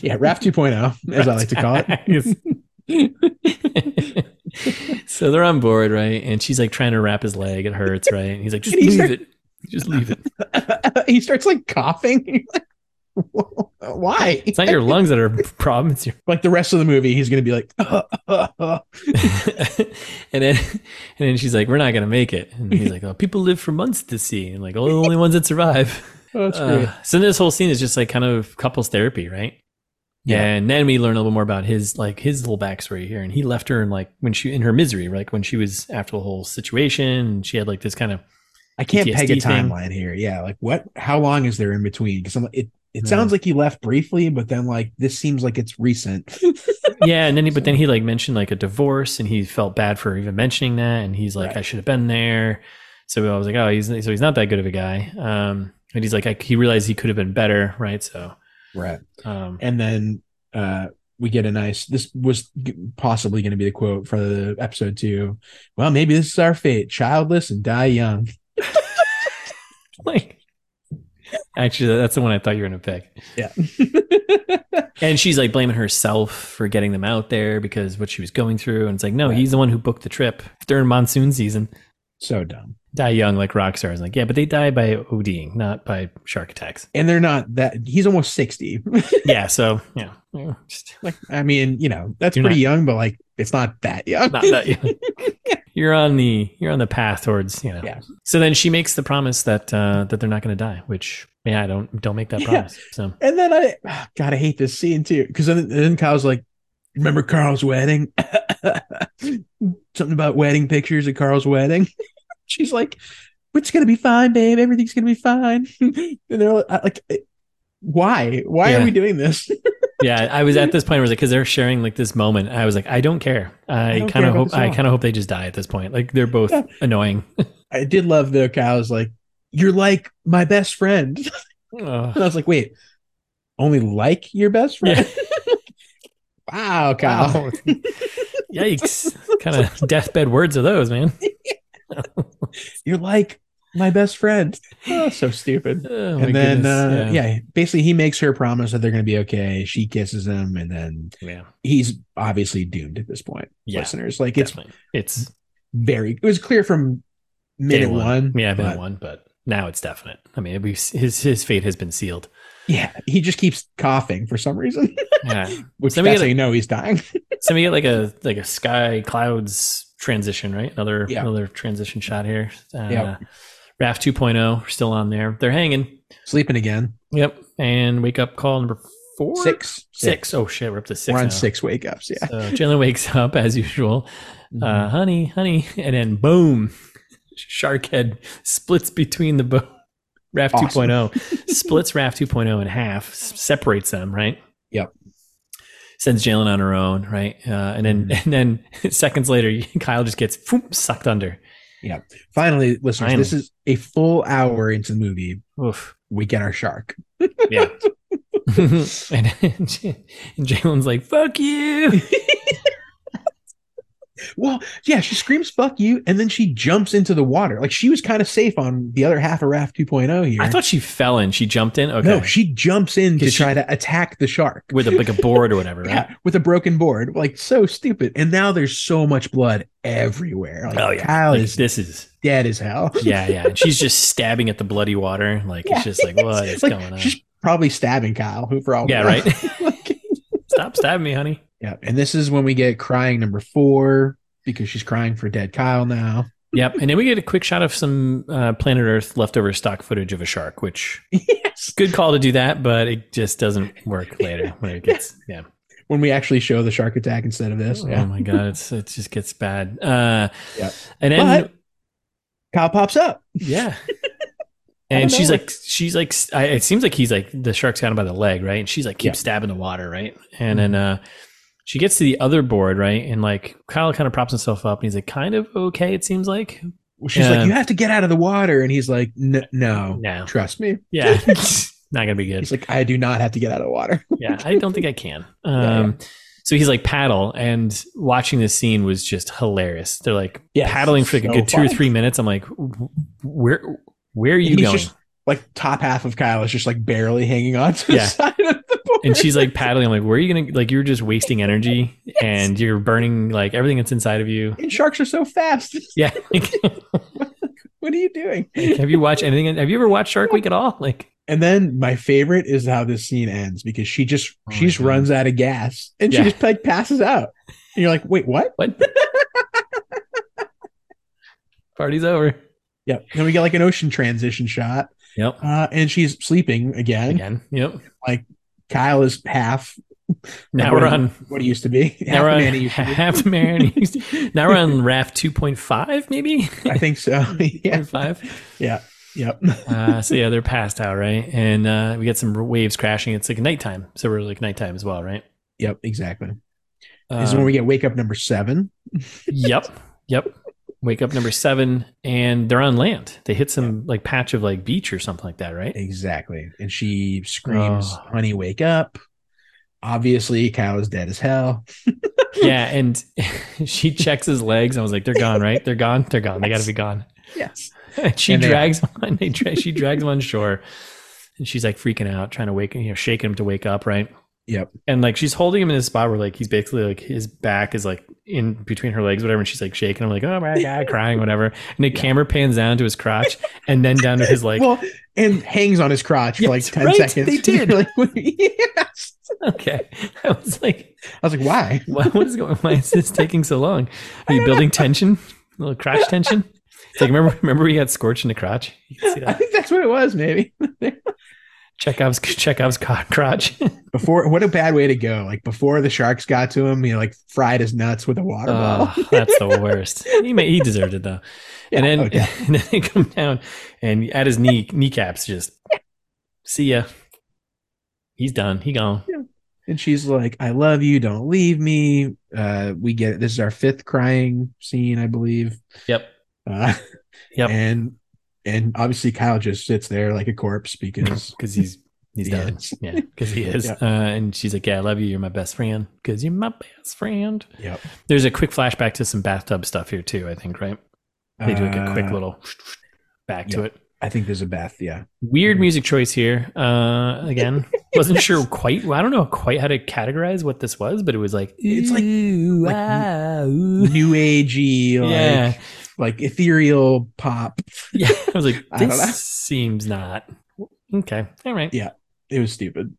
[SPEAKER 1] Yeah, Raft 2.0, as I like to call it.
[SPEAKER 2] it. so they're on board, right? And she's like trying to wrap his leg, it hurts, right? And he's like, just
[SPEAKER 1] And he
[SPEAKER 2] leave
[SPEAKER 1] start-
[SPEAKER 2] it. Just leave it.
[SPEAKER 1] he starts like coughing. You're like, Why?
[SPEAKER 2] It's not your lungs that are a problem, it's your
[SPEAKER 1] like the rest of the movie, he's going to be like, "Uh,
[SPEAKER 2] and then and then she's like, "We're not gonna make it." And he's like, "Oh, people live for months to see, and like, oh, the only ones that survive."
[SPEAKER 1] Oh, that's great.
[SPEAKER 2] Uh, so this whole scene is just like kind of couples therapy, right?
[SPEAKER 1] Yeah.
[SPEAKER 2] Yeah. And then we learn a little more about his like his little backstory here, and he left her in like when she in her misery, like when she was after the whole situation, and she had like this kind of
[SPEAKER 1] I can't peg a
[SPEAKER 2] PTSD thing.
[SPEAKER 1] timeline here. Yeah, like what? How long is there in between? Because it it
[SPEAKER 2] Yeah.
[SPEAKER 1] sounds like he left briefly, but then like this seems like it's recent.
[SPEAKER 2] yeah, and then he, but then he like mentioned like a divorce, and he felt bad for even mentioning that, and he's like,
[SPEAKER 1] Right.
[SPEAKER 2] I should have been there. So I was like, oh, he's so he's not that good of a guy. Um, and he's like, I, he realized he could have been better, right? So,
[SPEAKER 1] right,
[SPEAKER 2] um,
[SPEAKER 1] and then uh we get a nice. This was g- possibly going to be the quote for the episode two. Well, maybe this is our fate: childless and die young.
[SPEAKER 2] like, actually, that's the one I thought you were gonna pick.
[SPEAKER 1] Yeah.
[SPEAKER 2] And she's like blaming herself for getting them out there because what she was going through, and it's like, no, he's the one who booked the trip during monsoon season.
[SPEAKER 1] so dumb.
[SPEAKER 2] Die young like rock stars. Like, yeah, but they die by ODing, not by shark attacks.
[SPEAKER 1] And they're not that. He's almost sixty.
[SPEAKER 2] yeah. So yeah, yeah just
[SPEAKER 1] like I mean, you know, that's
[SPEAKER 2] You're
[SPEAKER 1] pretty young, but like it's not that young.
[SPEAKER 2] not that you're on the you're on the path towards you know
[SPEAKER 1] Yeah.
[SPEAKER 2] so then she makes the promise that uh that they're not going to die which yeah i don't don't make that
[SPEAKER 1] Yeah.
[SPEAKER 2] promise so
[SPEAKER 1] And then I, ah, God, I hate this scene too. Because then, then Kyle's like, "Remember Carl's wedding? Something about wedding pictures at Carl's wedding." She's like, "It's gonna be fine, babe. Everything's gonna be fine." and they're like, I- like, eh, "Why? Why
[SPEAKER 2] Yeah.
[SPEAKER 1] are we doing this?"
[SPEAKER 2] yeah, I was at this point where I was like, because they're sharing like this moment. I was like, I don't care.
[SPEAKER 1] I
[SPEAKER 2] I
[SPEAKER 1] don't
[SPEAKER 2] kind
[SPEAKER 1] care
[SPEAKER 2] of
[SPEAKER 1] about
[SPEAKER 2] hope.
[SPEAKER 1] this at
[SPEAKER 2] I
[SPEAKER 1] all.
[SPEAKER 2] kind of hope they just die at this point. Like they're both
[SPEAKER 1] Yeah.
[SPEAKER 2] annoying.
[SPEAKER 1] I did love though. Kyle's like, "You're like my best friend," and
[SPEAKER 2] Ugh.
[SPEAKER 1] I was like, "Wait, only like your best friend?" wow, Kyle.
[SPEAKER 2] Wow. Yikes! kind of deathbed words of those, man.
[SPEAKER 1] You're like my best friend. Oh, so stupid.
[SPEAKER 2] Oh, my
[SPEAKER 1] and then
[SPEAKER 2] goodness.
[SPEAKER 1] uh, yeah. basically he makes her promise that they're going to be okay. She kisses him, and then
[SPEAKER 2] yeah, yeah,
[SPEAKER 1] he's obviously doomed at this point.
[SPEAKER 2] Yeah,
[SPEAKER 1] listeners, like
[SPEAKER 2] it's
[SPEAKER 1] it's
[SPEAKER 2] it's
[SPEAKER 1] very. It was clear from
[SPEAKER 2] day
[SPEAKER 1] minute one.
[SPEAKER 2] Yeah, minute
[SPEAKER 1] but-
[SPEAKER 2] one, but now it's definite. I mean, we his his fate has been sealed.
[SPEAKER 1] Yeah, he just keeps coughing for some reason,
[SPEAKER 2] Yeah.
[SPEAKER 1] which
[SPEAKER 2] So we
[SPEAKER 1] that's
[SPEAKER 2] get
[SPEAKER 1] how
[SPEAKER 2] a-
[SPEAKER 1] you know he's dying.
[SPEAKER 2] so we get like a like a sky clouds transition, right? Another
[SPEAKER 1] Yeah.
[SPEAKER 2] another transition shot here. Uh,
[SPEAKER 1] Yep.
[SPEAKER 2] Raft 2.0 we're still on there. They're hanging.
[SPEAKER 1] Sleeping again.
[SPEAKER 2] Yep. And wake up call number four, six,
[SPEAKER 1] Six.
[SPEAKER 2] six. Oh shit, we're up to 6
[SPEAKER 1] We're on
[SPEAKER 2] now.
[SPEAKER 1] six wake ups. Yeah.
[SPEAKER 2] So Jalen wakes up as usual. Uh,
[SPEAKER 1] Mhm.
[SPEAKER 2] honey, honey, and then boom, shark head splits between the boat. Raft
[SPEAKER 1] Awesome.
[SPEAKER 2] 2.0 splits Raft 2.0 in half, s- separates them, right?
[SPEAKER 1] Yep.
[SPEAKER 2] Sends Jalen on her own, right? Uh, and then,
[SPEAKER 1] Mm-hmm.
[SPEAKER 2] and then seconds later, Kyle just gets phoom, sucked under.
[SPEAKER 1] Finally, listeners,
[SPEAKER 2] Finally.
[SPEAKER 1] this is a full hour into the movie.
[SPEAKER 2] Oof.
[SPEAKER 1] We get our shark.
[SPEAKER 2] Yeah. and, then J- and Jalen's like, "Fuck you!"
[SPEAKER 1] Well, yeah, she screams "fuck you" and then she jumps into the water. Like she was kind of safe on the other half of Raft 2.0 here.
[SPEAKER 2] I thought she fell in. She jumped in. Okay.
[SPEAKER 1] No, she jumps in to
[SPEAKER 2] Because she-
[SPEAKER 1] try to attack the shark
[SPEAKER 2] with a, like a board or whatever, right?
[SPEAKER 1] yeah, with a broken board. Like so stupid. And now there's so much blood everywhere. Like,
[SPEAKER 2] Oh yeah.
[SPEAKER 1] Kyle
[SPEAKER 2] Like,
[SPEAKER 1] is
[SPEAKER 2] this is
[SPEAKER 1] dead as hell.
[SPEAKER 2] yeah, yeah. And she's just stabbing at the bloody water. Like
[SPEAKER 1] Yeah.
[SPEAKER 2] it's just like what is
[SPEAKER 1] Like,
[SPEAKER 2] going on?
[SPEAKER 1] She's probably stabbing Kyle. Who for all? we
[SPEAKER 2] Yeah,
[SPEAKER 1] know.
[SPEAKER 2] right.
[SPEAKER 1] Like,
[SPEAKER 2] Stop stabbing me, honey.
[SPEAKER 1] yeah, and this is when we get crying number four because she's crying for dead Kyle now.
[SPEAKER 2] Yep. And then we get a quick shot of some uh, planet Earth leftover stock footage of a shark, which
[SPEAKER 1] yes.
[SPEAKER 2] good call to do that, but it just doesn't work later when it gets yeah.
[SPEAKER 1] When we actually show the shark attack instead of this,
[SPEAKER 2] Oh
[SPEAKER 1] yeah.
[SPEAKER 2] my god, it's it just gets bad. Uh,
[SPEAKER 1] Yeah.
[SPEAKER 2] And then
[SPEAKER 1] But- Kyle pops up.
[SPEAKER 2] yeah. And
[SPEAKER 1] don't
[SPEAKER 2] she's
[SPEAKER 1] know.
[SPEAKER 2] like, she's like, I, it seems like he's like, the shark's got him by the leg, right? And she's like, keep
[SPEAKER 1] Yeah. Mm-hmm.
[SPEAKER 2] stabbing the water, right? And then uh, she gets to the other board, right? And like, Kyle kind of props himself up and he's like, kind of okay, it seems like.
[SPEAKER 1] She's
[SPEAKER 2] Yeah.
[SPEAKER 1] like, "You have to get out of the water," and he's like, "N- "No,
[SPEAKER 2] No.
[SPEAKER 1] trust me."
[SPEAKER 2] Yeah. Not going to be good.
[SPEAKER 1] He's like, "I do not have to get out of the water."
[SPEAKER 2] Yeah. I don't think I can. Um,
[SPEAKER 1] Yeah,
[SPEAKER 2] So he's like, paddle. And watching this scene was just hilarious. They're like,
[SPEAKER 1] Yeah,
[SPEAKER 2] paddling for like a
[SPEAKER 1] so
[SPEAKER 2] good two or
[SPEAKER 1] fun.
[SPEAKER 2] three minutes. I'm like, "Wh- where, where are you
[SPEAKER 1] He's
[SPEAKER 2] going?
[SPEAKER 1] just like top half of Kyle is just like barely hanging on to
[SPEAKER 2] Yeah.
[SPEAKER 1] the side of the board.
[SPEAKER 2] and she's like paddling. I'm like, where are you gonna like? You're just wasting energy and you're burning like everything that's inside of you.
[SPEAKER 1] and sharks are so fast.
[SPEAKER 2] Yeah. Like,
[SPEAKER 1] what are you doing?
[SPEAKER 2] have you watched anything? Have you ever watched Shark Week at all? Like,
[SPEAKER 1] And then my favorite is how this scene ends because she just
[SPEAKER 2] Oh
[SPEAKER 1] she
[SPEAKER 2] my
[SPEAKER 1] just
[SPEAKER 2] God.
[SPEAKER 1] runs out of gas and
[SPEAKER 2] Yeah.
[SPEAKER 1] she just like passes out. And you're like, wait, what?
[SPEAKER 2] what? Party's over.
[SPEAKER 1] Yep. Then we get like an ocean transition shot,
[SPEAKER 2] Yep.
[SPEAKER 1] uh, and she's sleeping again.
[SPEAKER 2] Again. Yep.
[SPEAKER 1] Kyle is half.
[SPEAKER 2] Now
[SPEAKER 1] of
[SPEAKER 2] we're
[SPEAKER 1] what he-
[SPEAKER 2] on.
[SPEAKER 1] what he used to be.
[SPEAKER 2] Now
[SPEAKER 1] Half
[SPEAKER 2] we're
[SPEAKER 1] a
[SPEAKER 2] on
[SPEAKER 1] man he used to be.
[SPEAKER 2] half a man. Now we're on raft 2.5, maybe.
[SPEAKER 1] I think so. yeah.
[SPEAKER 2] 2.5.
[SPEAKER 1] Yep.
[SPEAKER 2] uh, so yeah, they're passed out, right? And uh, we get some waves crashing. It's like nighttime, so we're like nighttime as well, right?
[SPEAKER 1] Yep. Exactly. this is when
[SPEAKER 2] Um,
[SPEAKER 1] we get wake up number seven.
[SPEAKER 2] yep yep wake up number seven and they're on land they hit some like patch of like beach or something like that right
[SPEAKER 1] Exactly. And she screams,
[SPEAKER 2] Oh.
[SPEAKER 1] Honey, wake up. Obviously, Kyle is dead as hell.
[SPEAKER 2] yeah and she checks his legs and i was like they're gone right they're gone they're gone they gotta be gone
[SPEAKER 1] Yes.
[SPEAKER 2] and she
[SPEAKER 1] And they are.
[SPEAKER 2] drags him on they dra- she drags him on shore and she's like freaking out trying to wake you know shaking him to wake up right
[SPEAKER 1] Yep.
[SPEAKER 2] and like she's holding him in a spot where like he's basically like his back is like in between her legs whatever and she's like shaking him like oh my god crying whatever and the camera pans down to his crotch and then down to his like
[SPEAKER 1] well, and hangs on his crotch for like
[SPEAKER 2] Yes,
[SPEAKER 1] 10
[SPEAKER 2] right,
[SPEAKER 1] seconds.
[SPEAKER 2] they did.
[SPEAKER 1] like, yes.
[SPEAKER 2] okay i was like
[SPEAKER 1] I was like, why?
[SPEAKER 2] Why, what is going? Why is this taking so long? Are you building tension? A little crotch tension. It's like remember, remember we got scorched in the crotch. You can see
[SPEAKER 1] I
[SPEAKER 2] that.
[SPEAKER 1] think that's what it was, maybe.
[SPEAKER 2] Chekhov's Chekhov's co- crotch.
[SPEAKER 1] Before, what a bad way to go. Like, before the sharks got to him, he like fried his nuts with a water bottle.
[SPEAKER 2] Oh, that's the worst. He may, he deserved it though. And
[SPEAKER 1] uh, Yeah, oh,
[SPEAKER 2] then
[SPEAKER 1] yeah.
[SPEAKER 2] and then they come down and at his knee kneecaps just see ya. He's done. He gone.
[SPEAKER 1] And she's like, I love you. Don't leave me. Uh, we get this is our fifth crying scene, I believe.
[SPEAKER 2] Yep.
[SPEAKER 1] Uh,
[SPEAKER 2] Yep.
[SPEAKER 1] And and obviously Kyle just sits there like a corpse because
[SPEAKER 2] because he's he's
[SPEAKER 1] He
[SPEAKER 2] done.
[SPEAKER 1] is.
[SPEAKER 2] Yeah, because he is.
[SPEAKER 1] Yeah.
[SPEAKER 2] Uh, and she's like, "Yeah, I love you. You're my best friend. Because you're my best friend."
[SPEAKER 1] yep.
[SPEAKER 2] There's a quick flashback to some bathtub stuff here too. I think right. They do like a quick
[SPEAKER 1] Uh,
[SPEAKER 2] little back to
[SPEAKER 1] yeah.
[SPEAKER 2] it.
[SPEAKER 1] I think there's a Beth. Yeah.
[SPEAKER 2] Weird
[SPEAKER 1] Mhm.
[SPEAKER 2] music choice here. Uh, again, wasn't sure quite. I don't know quite how to categorize what this was, but it was like
[SPEAKER 1] It's like-
[SPEAKER 2] ooh,
[SPEAKER 1] like-
[SPEAKER 2] ah, ooh."
[SPEAKER 1] New agey, like
[SPEAKER 2] yeah,
[SPEAKER 1] like ethereal pop.
[SPEAKER 2] yeah. I was like,
[SPEAKER 1] I don't know.
[SPEAKER 2] this seems not okay. All right.
[SPEAKER 1] Yeah. It was stupid.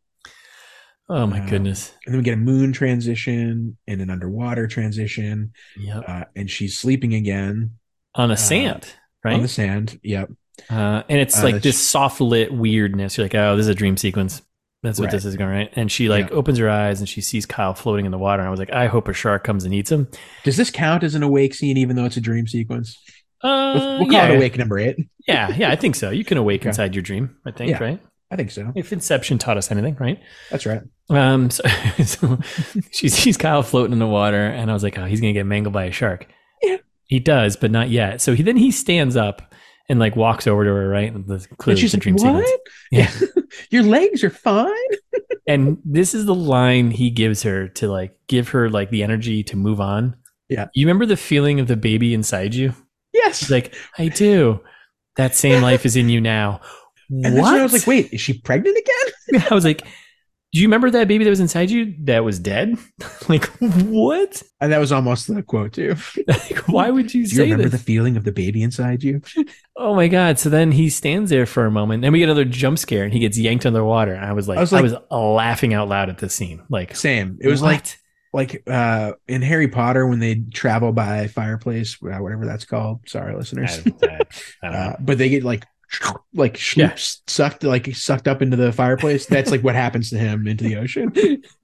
[SPEAKER 2] Oh my
[SPEAKER 1] Uh,
[SPEAKER 2] goodness.
[SPEAKER 1] And then we get a moon transition and an underwater transition.
[SPEAKER 2] Yep.
[SPEAKER 1] Uh, and she's sleeping again
[SPEAKER 2] On the
[SPEAKER 1] uh,
[SPEAKER 2] sand,
[SPEAKER 1] on
[SPEAKER 2] right?
[SPEAKER 1] the sand. Yep.
[SPEAKER 2] Uh, and it's
[SPEAKER 1] Uh,
[SPEAKER 2] like this
[SPEAKER 1] she-
[SPEAKER 2] soft lit weirdness. You're like, oh, this is a dream sequence. That's what
[SPEAKER 1] Right.
[SPEAKER 2] this is going right. And she like opens her eyes and she sees Kyle floating in the water. And I was like, I hope a shark comes and eats him.
[SPEAKER 1] Does this count as an awake scene, even though it's a dream sequence? We'll,
[SPEAKER 2] Uh,
[SPEAKER 1] we'll call
[SPEAKER 2] yeah,
[SPEAKER 1] it awake number eight.
[SPEAKER 2] yeah, yeah. I think so. You can awake
[SPEAKER 1] Okay.
[SPEAKER 2] inside your dream. I think
[SPEAKER 1] Yeah.
[SPEAKER 2] right.
[SPEAKER 1] I think so.
[SPEAKER 2] If Inception taught us anything, right?
[SPEAKER 1] That's right.
[SPEAKER 2] Um, so, so she sees Kyle floating in the water, and I was like, oh, he's gonna get mangled by a shark.
[SPEAKER 1] Yeah.
[SPEAKER 2] He does, but not yet. So he then he stands up and like walks over to her, right? And this-
[SPEAKER 1] And
[SPEAKER 2] clearly
[SPEAKER 1] she's
[SPEAKER 2] it's a
[SPEAKER 1] like,
[SPEAKER 2] dream
[SPEAKER 1] "What?
[SPEAKER 2] sequence. Yeah.
[SPEAKER 1] Your legs are fine."
[SPEAKER 2] and this is the line he gives her to like give her like the energy to move on.
[SPEAKER 1] Yeah.
[SPEAKER 2] You remember the feeling of the baby inside you?
[SPEAKER 1] Yes.
[SPEAKER 2] He's like, I do. That same life is in you now.
[SPEAKER 1] and that's
[SPEAKER 2] what?
[SPEAKER 1] when I was like, "Wait, is she pregnant again?"
[SPEAKER 2] I was like, do you remember that baby that was inside you that was dead? like, what?
[SPEAKER 1] And that was almost the quote too.
[SPEAKER 2] Like, why would you
[SPEAKER 1] Do you
[SPEAKER 2] say
[SPEAKER 1] remember
[SPEAKER 2] this?
[SPEAKER 1] the feeling of the baby inside you?
[SPEAKER 2] oh my god! So then he stands there for a moment, and we get another jump scare, and he gets yanked underwater. And I was like, I
[SPEAKER 1] I
[SPEAKER 2] was,
[SPEAKER 1] was like-
[SPEAKER 2] laughing out loud at this scene. Like,
[SPEAKER 1] Same. It was
[SPEAKER 2] what?
[SPEAKER 1] like like uh in Harry Potter when they travel by fireplace, uh, whatever that's called. Sorry, listeners.
[SPEAKER 2] I, I- I don't know.
[SPEAKER 1] Uh, but they get like like
[SPEAKER 2] Yeah.
[SPEAKER 1] schloops sucked like sucked up into the fireplace. That's like what happens to him into the ocean.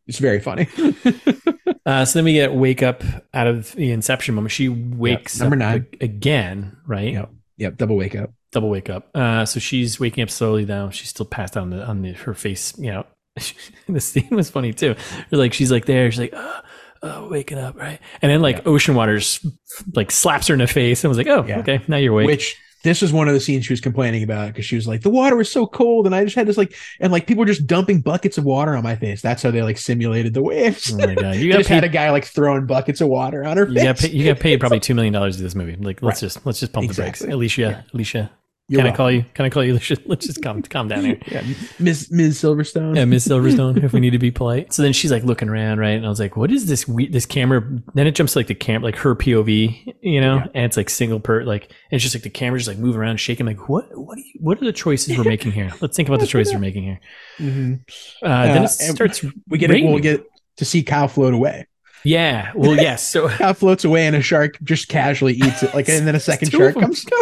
[SPEAKER 1] It's very funny.
[SPEAKER 2] Uh, so then we get wake up out of the inception moment. She wakes
[SPEAKER 1] number
[SPEAKER 2] up
[SPEAKER 1] nine.
[SPEAKER 2] a- again, right?
[SPEAKER 1] Yep. Yep, double wake up.
[SPEAKER 2] Double wake up. Uh, so she's waking up slowly now. She's still passed out on the on the her face. You know, the scene was funny too. Like she's like there. She's like, oh, oh, waking up, right? And then like
[SPEAKER 1] Yeah.
[SPEAKER 2] ocean waters like slaps her in the face and was like, oh,
[SPEAKER 1] Yeah.
[SPEAKER 2] okay, now you're awake.
[SPEAKER 1] Which this was one of the scenes she was complaining about because she was like, the water was so cold, and I just had this like, and like people were just dumping buckets of water on my face. That's how they like simulated the waves.
[SPEAKER 2] oh my god, you
[SPEAKER 1] You
[SPEAKER 2] got
[SPEAKER 1] just had a
[SPEAKER 2] paid.
[SPEAKER 1] guy like throwing buckets of water on her
[SPEAKER 2] You got,
[SPEAKER 1] face.
[SPEAKER 2] paid, you got paid probably two million dollars to do this movie. Like, let's just let's just pump the
[SPEAKER 1] Exactly.
[SPEAKER 2] brakes, Alicia.
[SPEAKER 1] Yeah.
[SPEAKER 2] Alicia,
[SPEAKER 1] You're
[SPEAKER 2] can I
[SPEAKER 1] welcome.
[SPEAKER 2] call you? Can I call you, Alicia? Let's just calm calm down here.
[SPEAKER 1] Yeah, Ms. Ms. Silverstone.
[SPEAKER 2] eh? Yeah, Miss Silverstone, if we need to be polite. So then she's like looking around, right? And I was like, what is this we this camera? Then it jumps to, like the camera, like her POV, you know,
[SPEAKER 1] Yeah.
[SPEAKER 2] and it's like single per like and it's just like the camera's just like moving around, shaking, like, what what are you, what are the choices we're making here? Let's think about the choices we're making here.
[SPEAKER 1] Mhm.
[SPEAKER 2] Uh, then
[SPEAKER 1] Uh,
[SPEAKER 2] it
[SPEAKER 1] and-
[SPEAKER 2] starts
[SPEAKER 1] We get
[SPEAKER 2] Raining.
[SPEAKER 1] we'll get to see Kyle float away.
[SPEAKER 2] Yeah. Well, yes. So
[SPEAKER 1] Kyle floats away, and a shark just casually eats it. Like, and then a second
[SPEAKER 2] Two
[SPEAKER 1] shark
[SPEAKER 2] of them.
[SPEAKER 1] comes.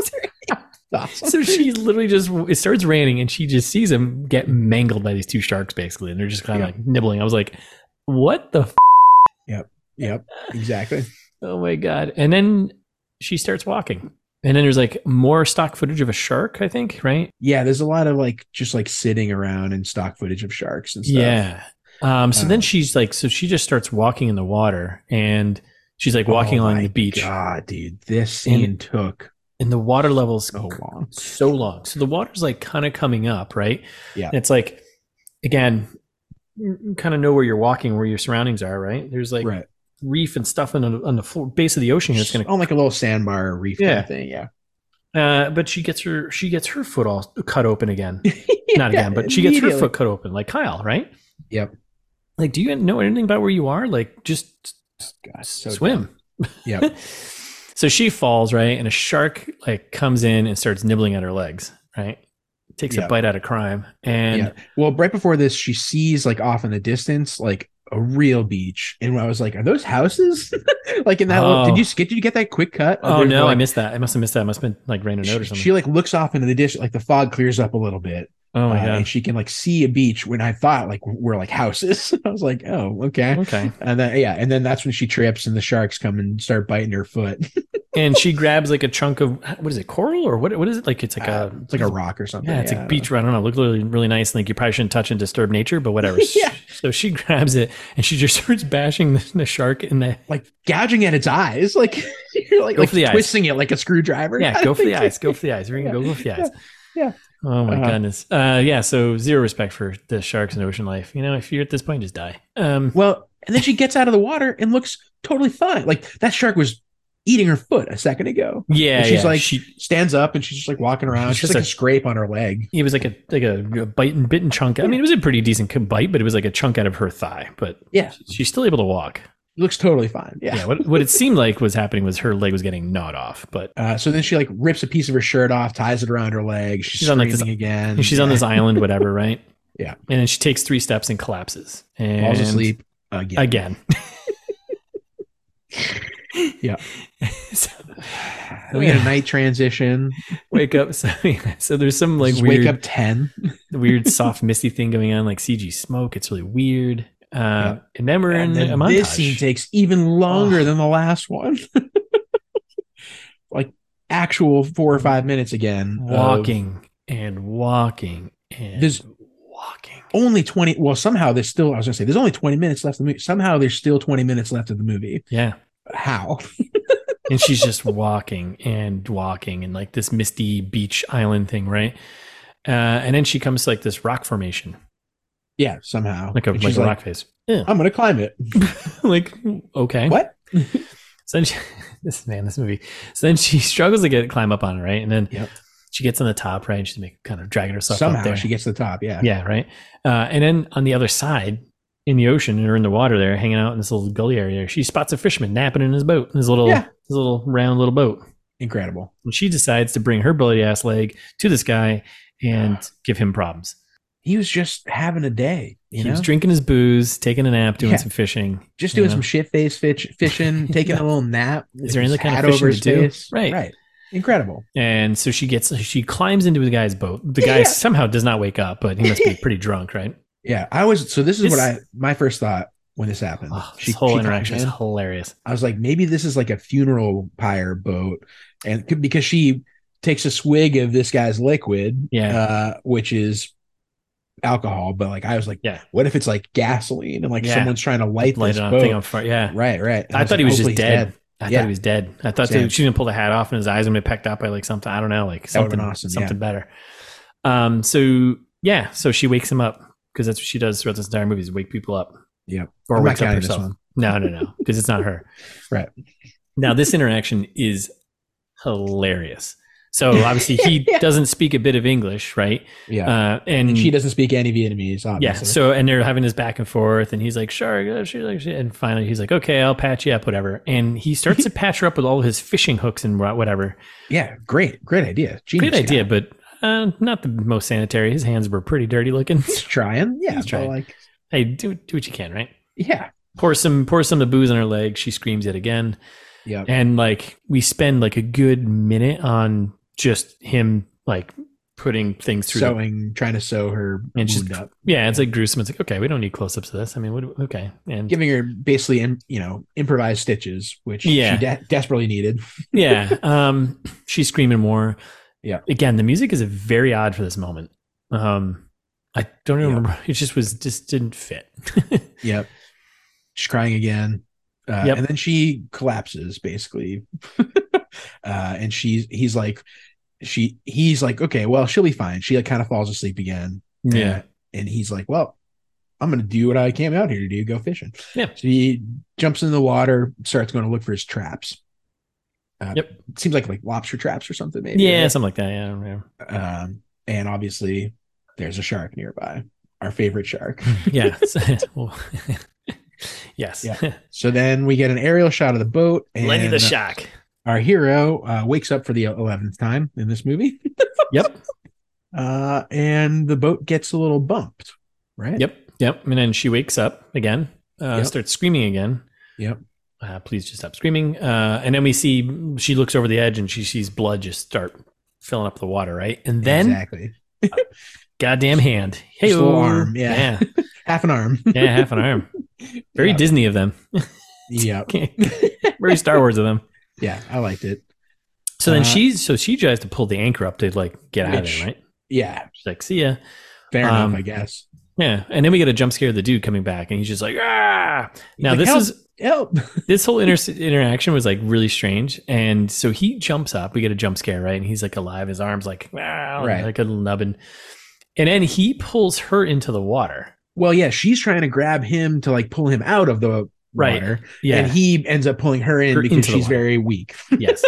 [SPEAKER 1] Awesome.
[SPEAKER 2] So she literally just it starts raining and she just sees him get mangled by these two sharks basically and they're just kind of
[SPEAKER 1] Yeah.
[SPEAKER 2] like nibbling. I was like, what the
[SPEAKER 1] Yep, exactly.
[SPEAKER 2] Oh my god! And then she starts walking, and then there's like more stock footage of a shark, I think, right?
[SPEAKER 1] Yeah, there's a lot of like just like sitting around and stock footage of sharks and stuff.
[SPEAKER 2] Yeah. Um. So
[SPEAKER 1] Uh.
[SPEAKER 2] then she's like, so she just starts walking in the water, and she's like walking
[SPEAKER 1] Oh
[SPEAKER 2] along
[SPEAKER 1] my
[SPEAKER 2] the beach,
[SPEAKER 1] God, dude, this scene
[SPEAKER 2] And-
[SPEAKER 1] took
[SPEAKER 2] and the water levels
[SPEAKER 1] so long.
[SPEAKER 2] so long. So the water's like kind of coming up, right?
[SPEAKER 1] Yeah.
[SPEAKER 2] And it's like, again, kind of know where you're walking, where your surroundings are, right? There's like
[SPEAKER 1] right.
[SPEAKER 2] reef and stuff on the, on the floor, base of the ocean. Here. It's gonna
[SPEAKER 1] on like a little sandbar or reef kind
[SPEAKER 2] Yeah.
[SPEAKER 1] of thing. Yeah.
[SPEAKER 2] Uh, but she gets her she gets her foot all cut open again. Not again, but she gets her
[SPEAKER 1] Immediately.
[SPEAKER 2] foot cut open, like Kyle, right?
[SPEAKER 1] Yep.
[SPEAKER 2] Like, do you know anything about where you are? Like, just
[SPEAKER 1] God, so
[SPEAKER 2] swim.
[SPEAKER 1] Yep.
[SPEAKER 2] so she falls right, and a shark like comes in and starts nibbling at her legs. Right, takes a
[SPEAKER 1] Yep.
[SPEAKER 2] bite out of crime, and
[SPEAKER 1] Yeah. Well, right before this, she sees like off in the distance, like a real beach. And I was like, are those houses? like in that little,
[SPEAKER 2] Oh.
[SPEAKER 1] did you get did you get that quick cut?
[SPEAKER 2] oh
[SPEAKER 1] There's,
[SPEAKER 2] no, I
[SPEAKER 1] like-
[SPEAKER 2] missed that. I must have missed that. I must have been like rain a note or
[SPEAKER 1] she,
[SPEAKER 2] something.
[SPEAKER 1] she, like looks off into the dish, like the fog clears up a little bit.
[SPEAKER 2] oh my
[SPEAKER 1] uh,
[SPEAKER 2] god.
[SPEAKER 1] And she can like see a beach when I thought like were like houses. I was like, oh, okay.
[SPEAKER 2] Okay.
[SPEAKER 1] And then yeah, and then that's when she trips and the sharks come and start biting her foot.
[SPEAKER 2] and she grabs like a chunk of what is it, coral or what? What is it like? It's like
[SPEAKER 1] Uh,
[SPEAKER 2] a
[SPEAKER 1] it's like a rock or something.
[SPEAKER 2] yeah, it's like beach. I don't know. Look really, really nice. Like you probably shouldn't touch and disturb nature, but whatever.
[SPEAKER 1] Yeah.
[SPEAKER 2] So she grabs it and she just starts bashing the, the shark in the.
[SPEAKER 1] Like gouging at its eyes, like you're like,
[SPEAKER 2] Go
[SPEAKER 1] like
[SPEAKER 2] for the eyes.
[SPEAKER 1] twisting it like a screwdriver.
[SPEAKER 2] Yeah,
[SPEAKER 1] I
[SPEAKER 2] go for the
[SPEAKER 1] think-
[SPEAKER 2] eyes. Go for the eyes. We're gonna go go for the eyes.
[SPEAKER 1] yeah.
[SPEAKER 2] Oh my
[SPEAKER 1] Uh,
[SPEAKER 2] goodness. Uh, yeah. So zero respect for the sharks and ocean life. You know, if you're at this point, just die. Um,
[SPEAKER 1] Well, and then she gets out of the water and looks totally fine. Like that shark was eating her foot a second ago.
[SPEAKER 2] yeah.
[SPEAKER 1] And she's
[SPEAKER 2] yeah.
[SPEAKER 1] like
[SPEAKER 2] She-
[SPEAKER 1] she stands up and she's just like walking around.
[SPEAKER 2] It's
[SPEAKER 1] She's
[SPEAKER 2] just
[SPEAKER 1] like a,
[SPEAKER 2] a-
[SPEAKER 1] scrape on her leg.
[SPEAKER 2] it was like a like a, a bite and bitten chunk. I mean, it was a pretty decent bite, but it was like a chunk out of her thigh. But
[SPEAKER 1] Yeah.
[SPEAKER 2] she's still able to walk.
[SPEAKER 1] Looks totally fine. Yeah.
[SPEAKER 2] Yeah. what what it seemed like was happening was her leg was getting gnawed off, but
[SPEAKER 1] Uh, so then she like rips a piece of her shirt off, ties it around her leg. She's,
[SPEAKER 2] She's on, like, this-
[SPEAKER 1] screaming again.
[SPEAKER 2] and she's on this island, whatever, right?
[SPEAKER 1] Yeah.
[SPEAKER 2] And then she takes three steps and collapses and
[SPEAKER 1] falls asleep again.
[SPEAKER 2] again.
[SPEAKER 1] Yeah.
[SPEAKER 2] So
[SPEAKER 1] we get a night transition.
[SPEAKER 2] wake up. So, yeah, so there's some like
[SPEAKER 1] Like
[SPEAKER 2] weird
[SPEAKER 1] wake up ten.
[SPEAKER 2] the weird soft misty thing going on, like CG smoke. It's really weird. Uh,
[SPEAKER 1] Yeah.
[SPEAKER 2] And then we're
[SPEAKER 1] And
[SPEAKER 2] in a
[SPEAKER 1] then
[SPEAKER 2] montage.
[SPEAKER 1] this scene takes even longer than the last one. like actual four or five minutes again. of
[SPEAKER 2] walking and walking and
[SPEAKER 1] There's-
[SPEAKER 2] walking.
[SPEAKER 1] only 20 well somehow there's still i was gonna say there's only 20 minutes left of the movie somehow there's still 20 minutes left of the movie
[SPEAKER 2] Yeah.
[SPEAKER 1] how
[SPEAKER 2] And she's just walking and walking and like this misty beach island thing, right? Uh, and then she comes to like this rock formation,
[SPEAKER 1] yeah somehow
[SPEAKER 2] like a,
[SPEAKER 1] And
[SPEAKER 2] like
[SPEAKER 1] she's
[SPEAKER 2] a rock face. Yeah.
[SPEAKER 1] i'm gonna climb it
[SPEAKER 2] like, okay.
[SPEAKER 1] what
[SPEAKER 2] So then she, this man, this movie. So then she struggles to get climb up on it, right? And then
[SPEAKER 1] Yep.
[SPEAKER 2] she gets on the top, right? And she's make, kind of dragging herself up
[SPEAKER 1] somehow
[SPEAKER 2] there.
[SPEAKER 1] she gets to the top yeah,
[SPEAKER 2] yeah, right. Uh, and then on the other side, in the ocean or in the water, there, hanging out in this little gully area, there, she spots a fisherman napping in his boat, in his little,
[SPEAKER 1] Yeah.
[SPEAKER 2] his little round little boat.
[SPEAKER 1] incredible
[SPEAKER 2] And she decides to bring her bloody ass leg to this guy and give him problems.
[SPEAKER 1] he was just having a day you
[SPEAKER 2] he
[SPEAKER 1] know
[SPEAKER 2] was drinking his booze, taking a nap, doing
[SPEAKER 1] Yeah.
[SPEAKER 2] some fishing.
[SPEAKER 1] just
[SPEAKER 2] you
[SPEAKER 1] doing
[SPEAKER 2] know.
[SPEAKER 1] some shit face fish, fishing taking a little nap
[SPEAKER 2] Is there any
[SPEAKER 1] his
[SPEAKER 2] other kind of
[SPEAKER 1] hat
[SPEAKER 2] fishing
[SPEAKER 1] over his
[SPEAKER 2] to do?
[SPEAKER 1] face.
[SPEAKER 2] Right.
[SPEAKER 1] right incredible
[SPEAKER 2] And so she gets, she climbs into the guy's boat. The guy
[SPEAKER 1] Yeah.
[SPEAKER 2] somehow does not wake up, but he must be pretty drunk, right?
[SPEAKER 1] yeah i was so this is
[SPEAKER 2] This-
[SPEAKER 1] what i my first thought when this happened
[SPEAKER 2] Oh, this
[SPEAKER 1] She- she
[SPEAKER 2] whole
[SPEAKER 1] climbs
[SPEAKER 2] interaction is
[SPEAKER 1] in.
[SPEAKER 2] hilarious.
[SPEAKER 1] I was like, maybe this is like a funeral pyre boat, and c- because she takes a swig of this guy's liquid,
[SPEAKER 2] Yeah.
[SPEAKER 1] uh, which is alcohol. But like, I was like,
[SPEAKER 2] Yeah.
[SPEAKER 1] what if it's like gasoline and like
[SPEAKER 2] Yeah.
[SPEAKER 1] someone's trying to light,
[SPEAKER 2] Light
[SPEAKER 1] this
[SPEAKER 2] it on
[SPEAKER 1] boat?
[SPEAKER 2] thing on fire. Yeah.
[SPEAKER 1] Right, right. And
[SPEAKER 2] I,
[SPEAKER 1] was
[SPEAKER 2] thought
[SPEAKER 1] like,
[SPEAKER 2] he was
[SPEAKER 1] hopefully
[SPEAKER 2] just
[SPEAKER 1] he's
[SPEAKER 2] dead. I
[SPEAKER 1] Yeah.
[SPEAKER 2] thouch he was dead. I thought
[SPEAKER 1] Same.
[SPEAKER 2] that she didn't pull the hat off and his eyes would been pecked out by like something. I don't know, like
[SPEAKER 1] That would've
[SPEAKER 2] something,
[SPEAKER 1] been awesome, yeah.
[SPEAKER 2] something better. Um, so yeah, so she wakes him up because that's what she does throughout this entire movie is wake people up.
[SPEAKER 1] Yep.
[SPEAKER 2] Or
[SPEAKER 1] I'm not
[SPEAKER 2] wakes up
[SPEAKER 1] counting this
[SPEAKER 2] herself.
[SPEAKER 1] one.
[SPEAKER 2] No, no, no, because it's not her.
[SPEAKER 1] Right.
[SPEAKER 2] Now this interaction is hilarious. So obviously he
[SPEAKER 1] Yeah.
[SPEAKER 2] doesn't speak a bit of English, right?
[SPEAKER 1] Yeah,
[SPEAKER 2] Uh, and,
[SPEAKER 1] she doesn't speak any Vietnamese, obviously.
[SPEAKER 2] yeah. So and they're having this back and forth, and he's like, "Shark," uh, she like, she-" and finally he's like, "Okay, I'll patch you up, whatever." And he starts to patch her up with all of his fishing hooks and wha- whatever.
[SPEAKER 1] yeah, great, great idea, genius.
[SPEAKER 2] Great idea,
[SPEAKER 1] guy.
[SPEAKER 2] but uh, not the most sanitary. His hands were pretty dirty looking.
[SPEAKER 1] He's trying, yeah,
[SPEAKER 2] He's
[SPEAKER 1] but,
[SPEAKER 2] trying.
[SPEAKER 1] like,
[SPEAKER 2] hey, do do what you can, right?
[SPEAKER 1] yeah,
[SPEAKER 2] Pour some pour some of the booze on her leg. She screams it again,
[SPEAKER 1] yeah,
[SPEAKER 2] and like we spend like a good minute on just him like putting things through the
[SPEAKER 1] sewing, trying to sew her
[SPEAKER 2] And she's-
[SPEAKER 1] wound up.
[SPEAKER 2] yeah, it's like gruesome. It's like okay, we don't need close ups of this. I mean, what? do- Okay, and
[SPEAKER 1] giving her basically, im- you know, improvised stitches, which
[SPEAKER 2] Yeah.
[SPEAKER 1] she de- desperately needed.
[SPEAKER 2] yeah. Um, she's screaming more.
[SPEAKER 1] Yeah.
[SPEAKER 2] Again, the music is very odd for this moment. Um, I don't even
[SPEAKER 1] Yeah.
[SPEAKER 2] remember. It just was just didn't fit.
[SPEAKER 1] Yep. She's crying again. Uh,
[SPEAKER 2] Yep.
[SPEAKER 1] And then she collapses basically. uh, and she's, he's like, she, he's like, okay, well, she'll be fine. She like kind of falls asleep again. Uh, and he's like, well, I'm going to do what I came out here to do go fishing.
[SPEAKER 2] Yeah.
[SPEAKER 1] So he jumps in the water, starts going to look for his traps. Uh,
[SPEAKER 2] Yep.
[SPEAKER 1] Seems like like lobster traps or something, maybe.
[SPEAKER 2] yeah,
[SPEAKER 1] right?
[SPEAKER 2] something like that. Yeah, I don't remember.
[SPEAKER 1] Um, and obviously, there's a shark nearby, our favorite shark.
[SPEAKER 2] yeah. Well, yes.
[SPEAKER 1] Yeah. So then we get an aerial shot of the boat, and uh,
[SPEAKER 2] Lenny the Shock.
[SPEAKER 1] our hero uh, wakes up for the eleventh time in this movie.
[SPEAKER 2] Yep.
[SPEAKER 1] Uh, and the boat gets a little bumped, right?
[SPEAKER 2] Yep. Yep. And then she wakes up again. Uh,
[SPEAKER 1] Yep.
[SPEAKER 2] Starts screaming again.
[SPEAKER 1] Yep.
[SPEAKER 2] Uh, please just stop screaming. Uh, and then we see she looks over the edge and she sees blood just start filling up the water. Right. And then.
[SPEAKER 1] exactly
[SPEAKER 2] goddamn hand. Hey,
[SPEAKER 1] Just a little arm, yeah.
[SPEAKER 2] yeah,
[SPEAKER 1] half an arm.
[SPEAKER 2] yeah, half an arm. Very
[SPEAKER 1] Yeah.
[SPEAKER 2] Disney of them.
[SPEAKER 1] Yep.
[SPEAKER 2] Very Star Wars of them.
[SPEAKER 1] yeah, I liked it.
[SPEAKER 2] So then
[SPEAKER 1] Uh,
[SPEAKER 2] she's so she tries to pull the anchor up to like get out of
[SPEAKER 1] Which-
[SPEAKER 2] there, right?
[SPEAKER 1] Yeah,
[SPEAKER 2] She's like, see ya.
[SPEAKER 1] fair
[SPEAKER 2] Um,
[SPEAKER 1] enough, I guess.
[SPEAKER 2] Yeah. And then we get a jump scare of the dude coming back and he's just like, ah. Now
[SPEAKER 1] like,
[SPEAKER 2] this
[SPEAKER 1] "Help."
[SPEAKER 2] is
[SPEAKER 1] Yep.
[SPEAKER 2] this whole inter- interaction was like really strange. And so he jumps up. We get a jump scare, right? And he's like alive. His arms like wow,
[SPEAKER 1] Right.
[SPEAKER 2] like a nubbin. And then he pulls her into the water.
[SPEAKER 1] Well, yeah, she's trying to grab him to like pull him out of the
[SPEAKER 2] Right.
[SPEAKER 1] water,
[SPEAKER 2] Yeah.
[SPEAKER 1] and he ends up pulling her in
[SPEAKER 2] Her
[SPEAKER 1] because
[SPEAKER 2] into the
[SPEAKER 1] she's
[SPEAKER 2] water.
[SPEAKER 1] very weak.
[SPEAKER 2] yes.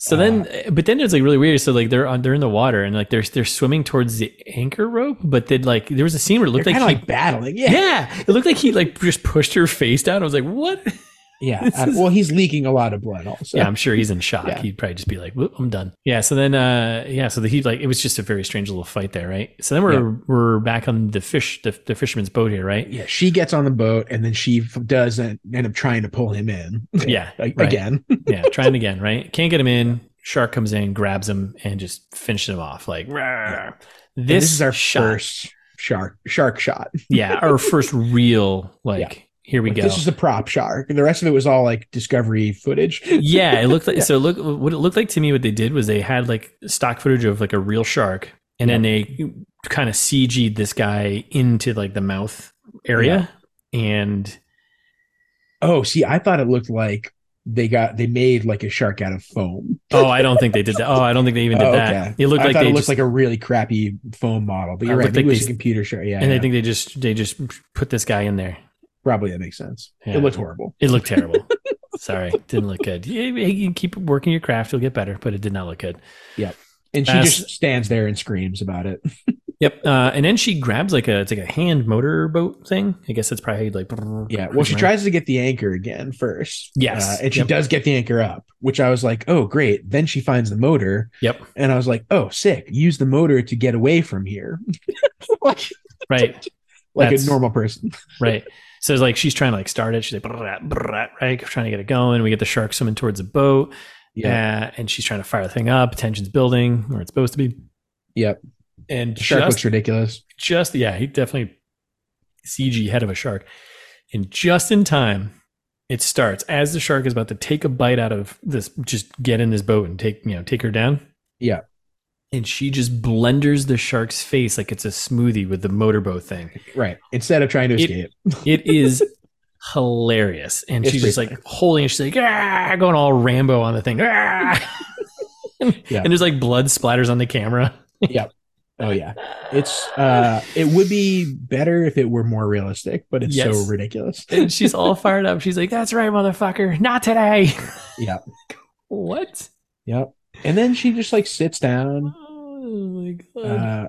[SPEAKER 2] So
[SPEAKER 1] Uh.
[SPEAKER 2] then, eh, but then it's like really weird. So like they're on, they're in the water and like they're they're swimming towards the anchor rope. But then like there was a scene where it
[SPEAKER 1] They're
[SPEAKER 2] looked like
[SPEAKER 1] kind
[SPEAKER 2] he.
[SPEAKER 1] of like battling. Yeah,
[SPEAKER 2] yeah, it looked like he like just pushed her face down. I was like, "What?"
[SPEAKER 1] yeah.
[SPEAKER 2] This
[SPEAKER 1] I-
[SPEAKER 2] is-
[SPEAKER 1] well, he's leaking a lot of blood. Also,
[SPEAKER 2] yeah, I'm sure he's in shock.
[SPEAKER 1] Yeah.
[SPEAKER 2] He'd probably just be like, "Whoop, "I'm done." Yeah. So then, uh, yeah. So the, he like it was just a very strange little fight there, right? So then we're we're back on the fish the, the fisherman's boat here, right?
[SPEAKER 1] yeah. She gets on the boat, and then she f- does en- end up trying to pull him in
[SPEAKER 2] Yeah.
[SPEAKER 1] like,
[SPEAKER 2] right.
[SPEAKER 1] again.
[SPEAKER 2] yeah. Trying again, right? Can't get him in. Shark comes in, grabs him, and just finishes him off. Like "Rawr." this,
[SPEAKER 1] And This, is our
[SPEAKER 2] shot-
[SPEAKER 1] first shark shark shot.
[SPEAKER 2] yeah, our first real like. Here we
[SPEAKER 1] Like,
[SPEAKER 2] go.
[SPEAKER 1] This is the prop shark, and the rest of it was all like Discovery footage.
[SPEAKER 2] yeah, it looked like so. Look, what it looked like to me, what they did was they had like stock footage of like a real shark, and then they kind of CG'd this guy into like the mouth area, and
[SPEAKER 1] Oh, see, I thought it looked like they got they made like a shark out of foam.
[SPEAKER 2] oh, I don't think they did that. Oh, I don't think they even did
[SPEAKER 1] Oh,
[SPEAKER 2] that. It looked
[SPEAKER 1] I
[SPEAKER 2] like
[SPEAKER 1] thought
[SPEAKER 2] they
[SPEAKER 1] it looked
[SPEAKER 2] just,
[SPEAKER 1] like a really crappy foam model, but
[SPEAKER 2] It
[SPEAKER 1] you're right.
[SPEAKER 2] looked
[SPEAKER 1] Maybe
[SPEAKER 2] like
[SPEAKER 1] it was
[SPEAKER 2] they-
[SPEAKER 1] a computer shark. Yeah,
[SPEAKER 2] and
[SPEAKER 1] yeah.
[SPEAKER 2] I think they just they just put this guy in there.
[SPEAKER 1] probably that makes sense.
[SPEAKER 2] Yeah.
[SPEAKER 1] It looked horrible.
[SPEAKER 2] It looked terrible. Sorry, didn't look good. Yeah, you can keep working your craft; you'll get better, but it did not look good.
[SPEAKER 1] And she
[SPEAKER 2] That's-
[SPEAKER 1] just stands there and screams about it.
[SPEAKER 2] Yep. Uh, and then she grabs like a it's like a hand motor boat thing. I guess that's probably how you'd like.
[SPEAKER 1] Yeah. Well, she tries to get the anchor again first.
[SPEAKER 2] Yes.
[SPEAKER 1] Uh, and she
[SPEAKER 2] Yep.
[SPEAKER 1] does get the anchor up, which I was like, oh, great. Then she finds the motor.
[SPEAKER 2] Yep.
[SPEAKER 1] And I was like, oh, sick. Use the motor to get away from here. like
[SPEAKER 2] Right.
[SPEAKER 1] like
[SPEAKER 2] That's-
[SPEAKER 1] a normal person.
[SPEAKER 2] right. So it's like she's trying to like start it. She's like, brrrr, brrrr, right, trying to get it going. We get the shark swimming towards the boat, uh, and she's trying to fire the thing up. Tension's building where it's supposed to be,
[SPEAKER 1] Yep.
[SPEAKER 2] and
[SPEAKER 1] The shark
[SPEAKER 2] just,
[SPEAKER 1] looks ridiculous.
[SPEAKER 2] just yeah, he definitely CG head of a shark, and just in time, it starts as the shark is about to take a bite out of this. Just get in this boat and take you know take her down.
[SPEAKER 1] Yeah.
[SPEAKER 2] And she just blenders the shark's face like it's a smoothie with the motorboat thing.
[SPEAKER 1] Right. Instead of trying to
[SPEAKER 2] It-
[SPEAKER 1] escape.
[SPEAKER 2] It is hilarious. And
[SPEAKER 1] It's
[SPEAKER 2] she's just
[SPEAKER 1] pretty
[SPEAKER 2] like holding it. She's like, ah, going all Rambo on the thing. Ah!
[SPEAKER 1] Yeah.
[SPEAKER 2] And there's like blood splatters on the camera.
[SPEAKER 1] Oh yeah. It's uh it would be better if it were more realistic, but it's so
[SPEAKER 2] Yes.
[SPEAKER 1] ridiculous.
[SPEAKER 2] And she's all fired up. She's like, that's right, motherfucker. Not today.
[SPEAKER 1] Yeah.
[SPEAKER 2] What?
[SPEAKER 1] Yep. And then she just like sits down.
[SPEAKER 2] Oh my God.
[SPEAKER 1] Um, Uh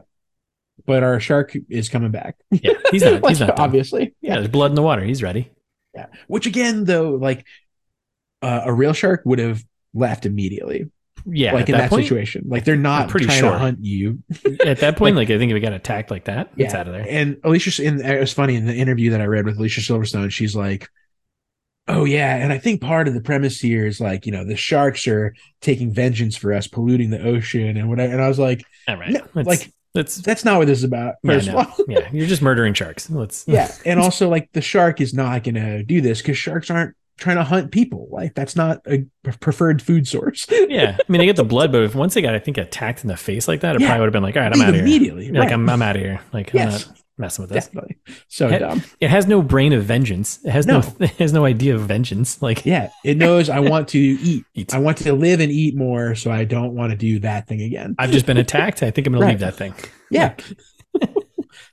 [SPEAKER 1] but our shark is coming back.
[SPEAKER 2] yeah. He's not. He's not. done.
[SPEAKER 1] obviously.
[SPEAKER 2] Yeah. There's blood in the water. He's ready.
[SPEAKER 1] Yeah. Which again though, like uh, a real shark would have left immediately.
[SPEAKER 2] Yeah.
[SPEAKER 1] like
[SPEAKER 2] at
[SPEAKER 1] in
[SPEAKER 2] that,
[SPEAKER 1] that,
[SPEAKER 2] point,
[SPEAKER 1] situation. Like they're not
[SPEAKER 2] I'm pretty
[SPEAKER 1] trying
[SPEAKER 2] sure.
[SPEAKER 1] to hunt you.
[SPEAKER 2] at that point, like, I think if we got attacked like that, it's
[SPEAKER 1] Yeah.
[SPEAKER 2] out of there.
[SPEAKER 1] And Alicia in it was funny in the interview that I read with Alicia Silverstone, she's like Oh yeah, and I think part of the premise here is like, you know, the sharks are taking vengeance for us, polluting the ocean and whatever. And I was like,
[SPEAKER 2] All right.
[SPEAKER 1] No,
[SPEAKER 2] let's,
[SPEAKER 1] like-
[SPEAKER 2] let's,
[SPEAKER 1] that's not what this is about.
[SPEAKER 2] yeah,
[SPEAKER 1] First
[SPEAKER 2] no.
[SPEAKER 1] of all.
[SPEAKER 2] yeah. You're just murdering sharks. Let's,
[SPEAKER 1] yeah. And also like the shark is not gonna do this because sharks aren't trying to hunt people. Like that's not a preferred food source.
[SPEAKER 2] yeah. I mean, I get the blood, but if once they got, I think, attacked in the face like that, it
[SPEAKER 1] Yeah.
[SPEAKER 2] probably would have been like, all right, I'm
[SPEAKER 1] Leave
[SPEAKER 2] out of here.
[SPEAKER 1] immediately.
[SPEAKER 2] You're Like,
[SPEAKER 1] right.
[SPEAKER 2] I'm, I'm out of here. Like, I'm
[SPEAKER 1] yes,
[SPEAKER 2] not messing with this.
[SPEAKER 1] definitely. So
[SPEAKER 2] Heck-
[SPEAKER 1] dumb.
[SPEAKER 2] It has no brain of vengeance. It has no, it has no idea of vengeance. Like,
[SPEAKER 1] Yeah. It knows I want to eat.
[SPEAKER 2] Eat.
[SPEAKER 1] I want to live and eat more, so I don't want to do that thing again.
[SPEAKER 2] I've just been attacked. I think I'm going to leave that thing.
[SPEAKER 1] Yeah.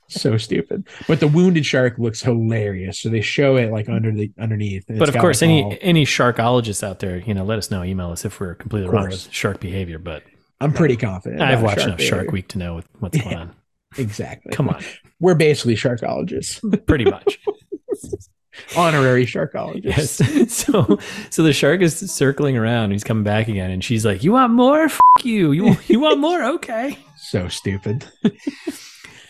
[SPEAKER 1] so stupid. But the wounded shark looks hilarious. So they show it like under the underneath. and
[SPEAKER 2] but
[SPEAKER 1] it's
[SPEAKER 2] of
[SPEAKER 1] got,
[SPEAKER 2] course,
[SPEAKER 1] like,
[SPEAKER 2] any
[SPEAKER 1] all-
[SPEAKER 2] any sharkologists out there, you know, let us know. Email us if we're completely
[SPEAKER 1] Of
[SPEAKER 2] wrong
[SPEAKER 1] course.
[SPEAKER 2] with shark behavior. But
[SPEAKER 1] I'm pretty confident.
[SPEAKER 2] I've
[SPEAKER 1] about
[SPEAKER 2] watched enough Shark
[SPEAKER 1] behavior.
[SPEAKER 2] Week to know what, what's
[SPEAKER 1] Yeah.
[SPEAKER 2] going on.
[SPEAKER 1] Exactly.
[SPEAKER 2] Come on,
[SPEAKER 1] We're basically sharkologists,
[SPEAKER 2] pretty much.
[SPEAKER 1] honorary sharkologists.
[SPEAKER 2] yes. So, so the shark is circling around. He's coming back again, and she's like, "You want more? F- you. You you want more? Okay."
[SPEAKER 1] So stupid.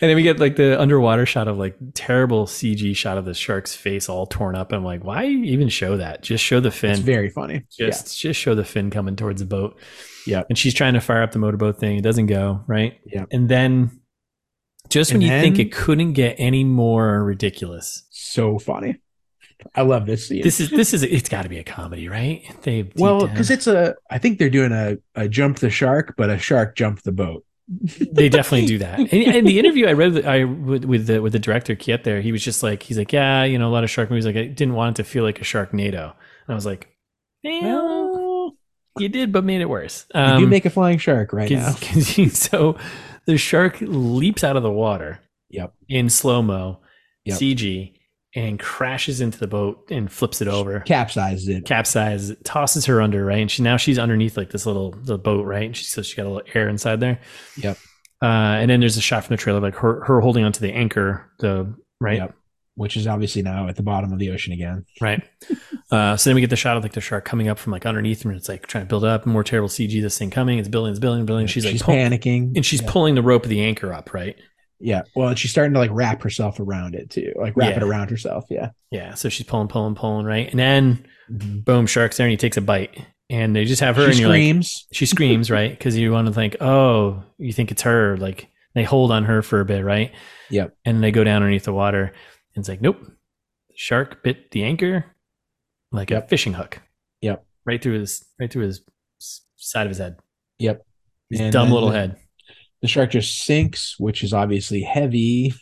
[SPEAKER 2] And then we get like the underwater shot of like terrible CG shot of the shark's face all torn up. I'm like, why even show that? Just show the
[SPEAKER 1] It's
[SPEAKER 2] fin.
[SPEAKER 1] very funny. Yeah.
[SPEAKER 2] just just show the fin coming towards the boat.
[SPEAKER 1] Yep.
[SPEAKER 2] And she's trying to fire up the motorboat thing. It doesn't go right.
[SPEAKER 1] Yep.
[SPEAKER 2] And then just when
[SPEAKER 1] And
[SPEAKER 2] you think
[SPEAKER 1] then-
[SPEAKER 2] it couldn't get any more ridiculous,
[SPEAKER 1] So funny. I love this scene.
[SPEAKER 2] This is this is it's got to be a comedy, right? They
[SPEAKER 1] well, because it's a, I think they're doing a, a jump the shark, but a shark jumped the boat.
[SPEAKER 2] they definitely do that. And, and the interview I read, I with, with the with the director Kiet there, he was just like, he's like, yeah, you know, a lot of shark movies. Like, I didn't want it to feel like a Sharknado, and I was like, well,
[SPEAKER 1] Well,
[SPEAKER 2] you did, but made it worse.
[SPEAKER 1] you
[SPEAKER 2] Um,
[SPEAKER 1] do make a flying shark right now.
[SPEAKER 2] 'cause- 'cause he- so the shark leaps out of the water.
[SPEAKER 1] Yep.
[SPEAKER 2] In slow mo,
[SPEAKER 1] Yep.
[SPEAKER 2] CG, and crashes into the boat and flips it over.
[SPEAKER 1] Capsizes it.
[SPEAKER 2] Capsizes, tosses her under, right? And she now she's underneath like this little the boat, right? And she so she got a little air inside there.
[SPEAKER 1] Yep.
[SPEAKER 2] Uh, and then there's a shot from the trailer, like her her holding onto the anchor, the right,
[SPEAKER 1] Yep. Which is obviously now at the bottom of the ocean again.
[SPEAKER 2] right. Uh, so then we get the shot of like the shark coming up from like underneath, and it's like trying to build up more terrible CG. This thing coming, it's building, it's building, building. She's like,
[SPEAKER 1] she's
[SPEAKER 2] pull-
[SPEAKER 1] panicking,
[SPEAKER 2] and she's
[SPEAKER 1] yeah.
[SPEAKER 2] pulling the rope of the anchor up, right?
[SPEAKER 1] yeah. Well, and she's starting to like wrap herself around it too, like wrap it
[SPEAKER 2] Yeah.
[SPEAKER 1] around herself. Yeah.
[SPEAKER 2] Yeah, so she's pulling, pulling, pulling, right? And then boom, shark's there and he takes a bite. And they just have her
[SPEAKER 1] she
[SPEAKER 2] Mm-hmm. and you're like
[SPEAKER 1] screams.
[SPEAKER 2] she screams, right? Because you want to think, oh, you think it's her. Like they hold on her for a bit, right?
[SPEAKER 1] Yep.
[SPEAKER 2] And they go down underneath the water and it's like, nope. Shark bit the anchor like a
[SPEAKER 1] Yep.
[SPEAKER 2] fishing hook.
[SPEAKER 1] Yep.
[SPEAKER 2] Right through his right through his s- side of his head.
[SPEAKER 1] Yep.
[SPEAKER 2] His
[SPEAKER 1] And
[SPEAKER 2] dumb
[SPEAKER 1] then
[SPEAKER 2] little
[SPEAKER 1] the-
[SPEAKER 2] head.
[SPEAKER 1] The shark just sinks, which is obviously heavy.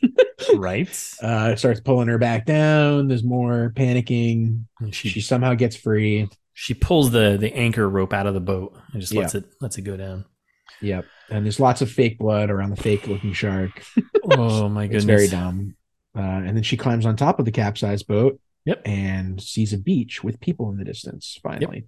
[SPEAKER 2] right.
[SPEAKER 1] Uh, it starts pulling her back down. There's more panicking.
[SPEAKER 2] And she
[SPEAKER 1] She somehow gets free.
[SPEAKER 2] she pulls the the anchor rope out of the boat and just lets it lets it go down.
[SPEAKER 1] Yep. And there's lots of fake blood around the fake looking shark.
[SPEAKER 2] Oh my goodness.
[SPEAKER 1] It's very dumb. Uh, and then she climbs on top of the capsized boat.
[SPEAKER 2] Yep.
[SPEAKER 1] And sees a beach with people in the distance. Finally,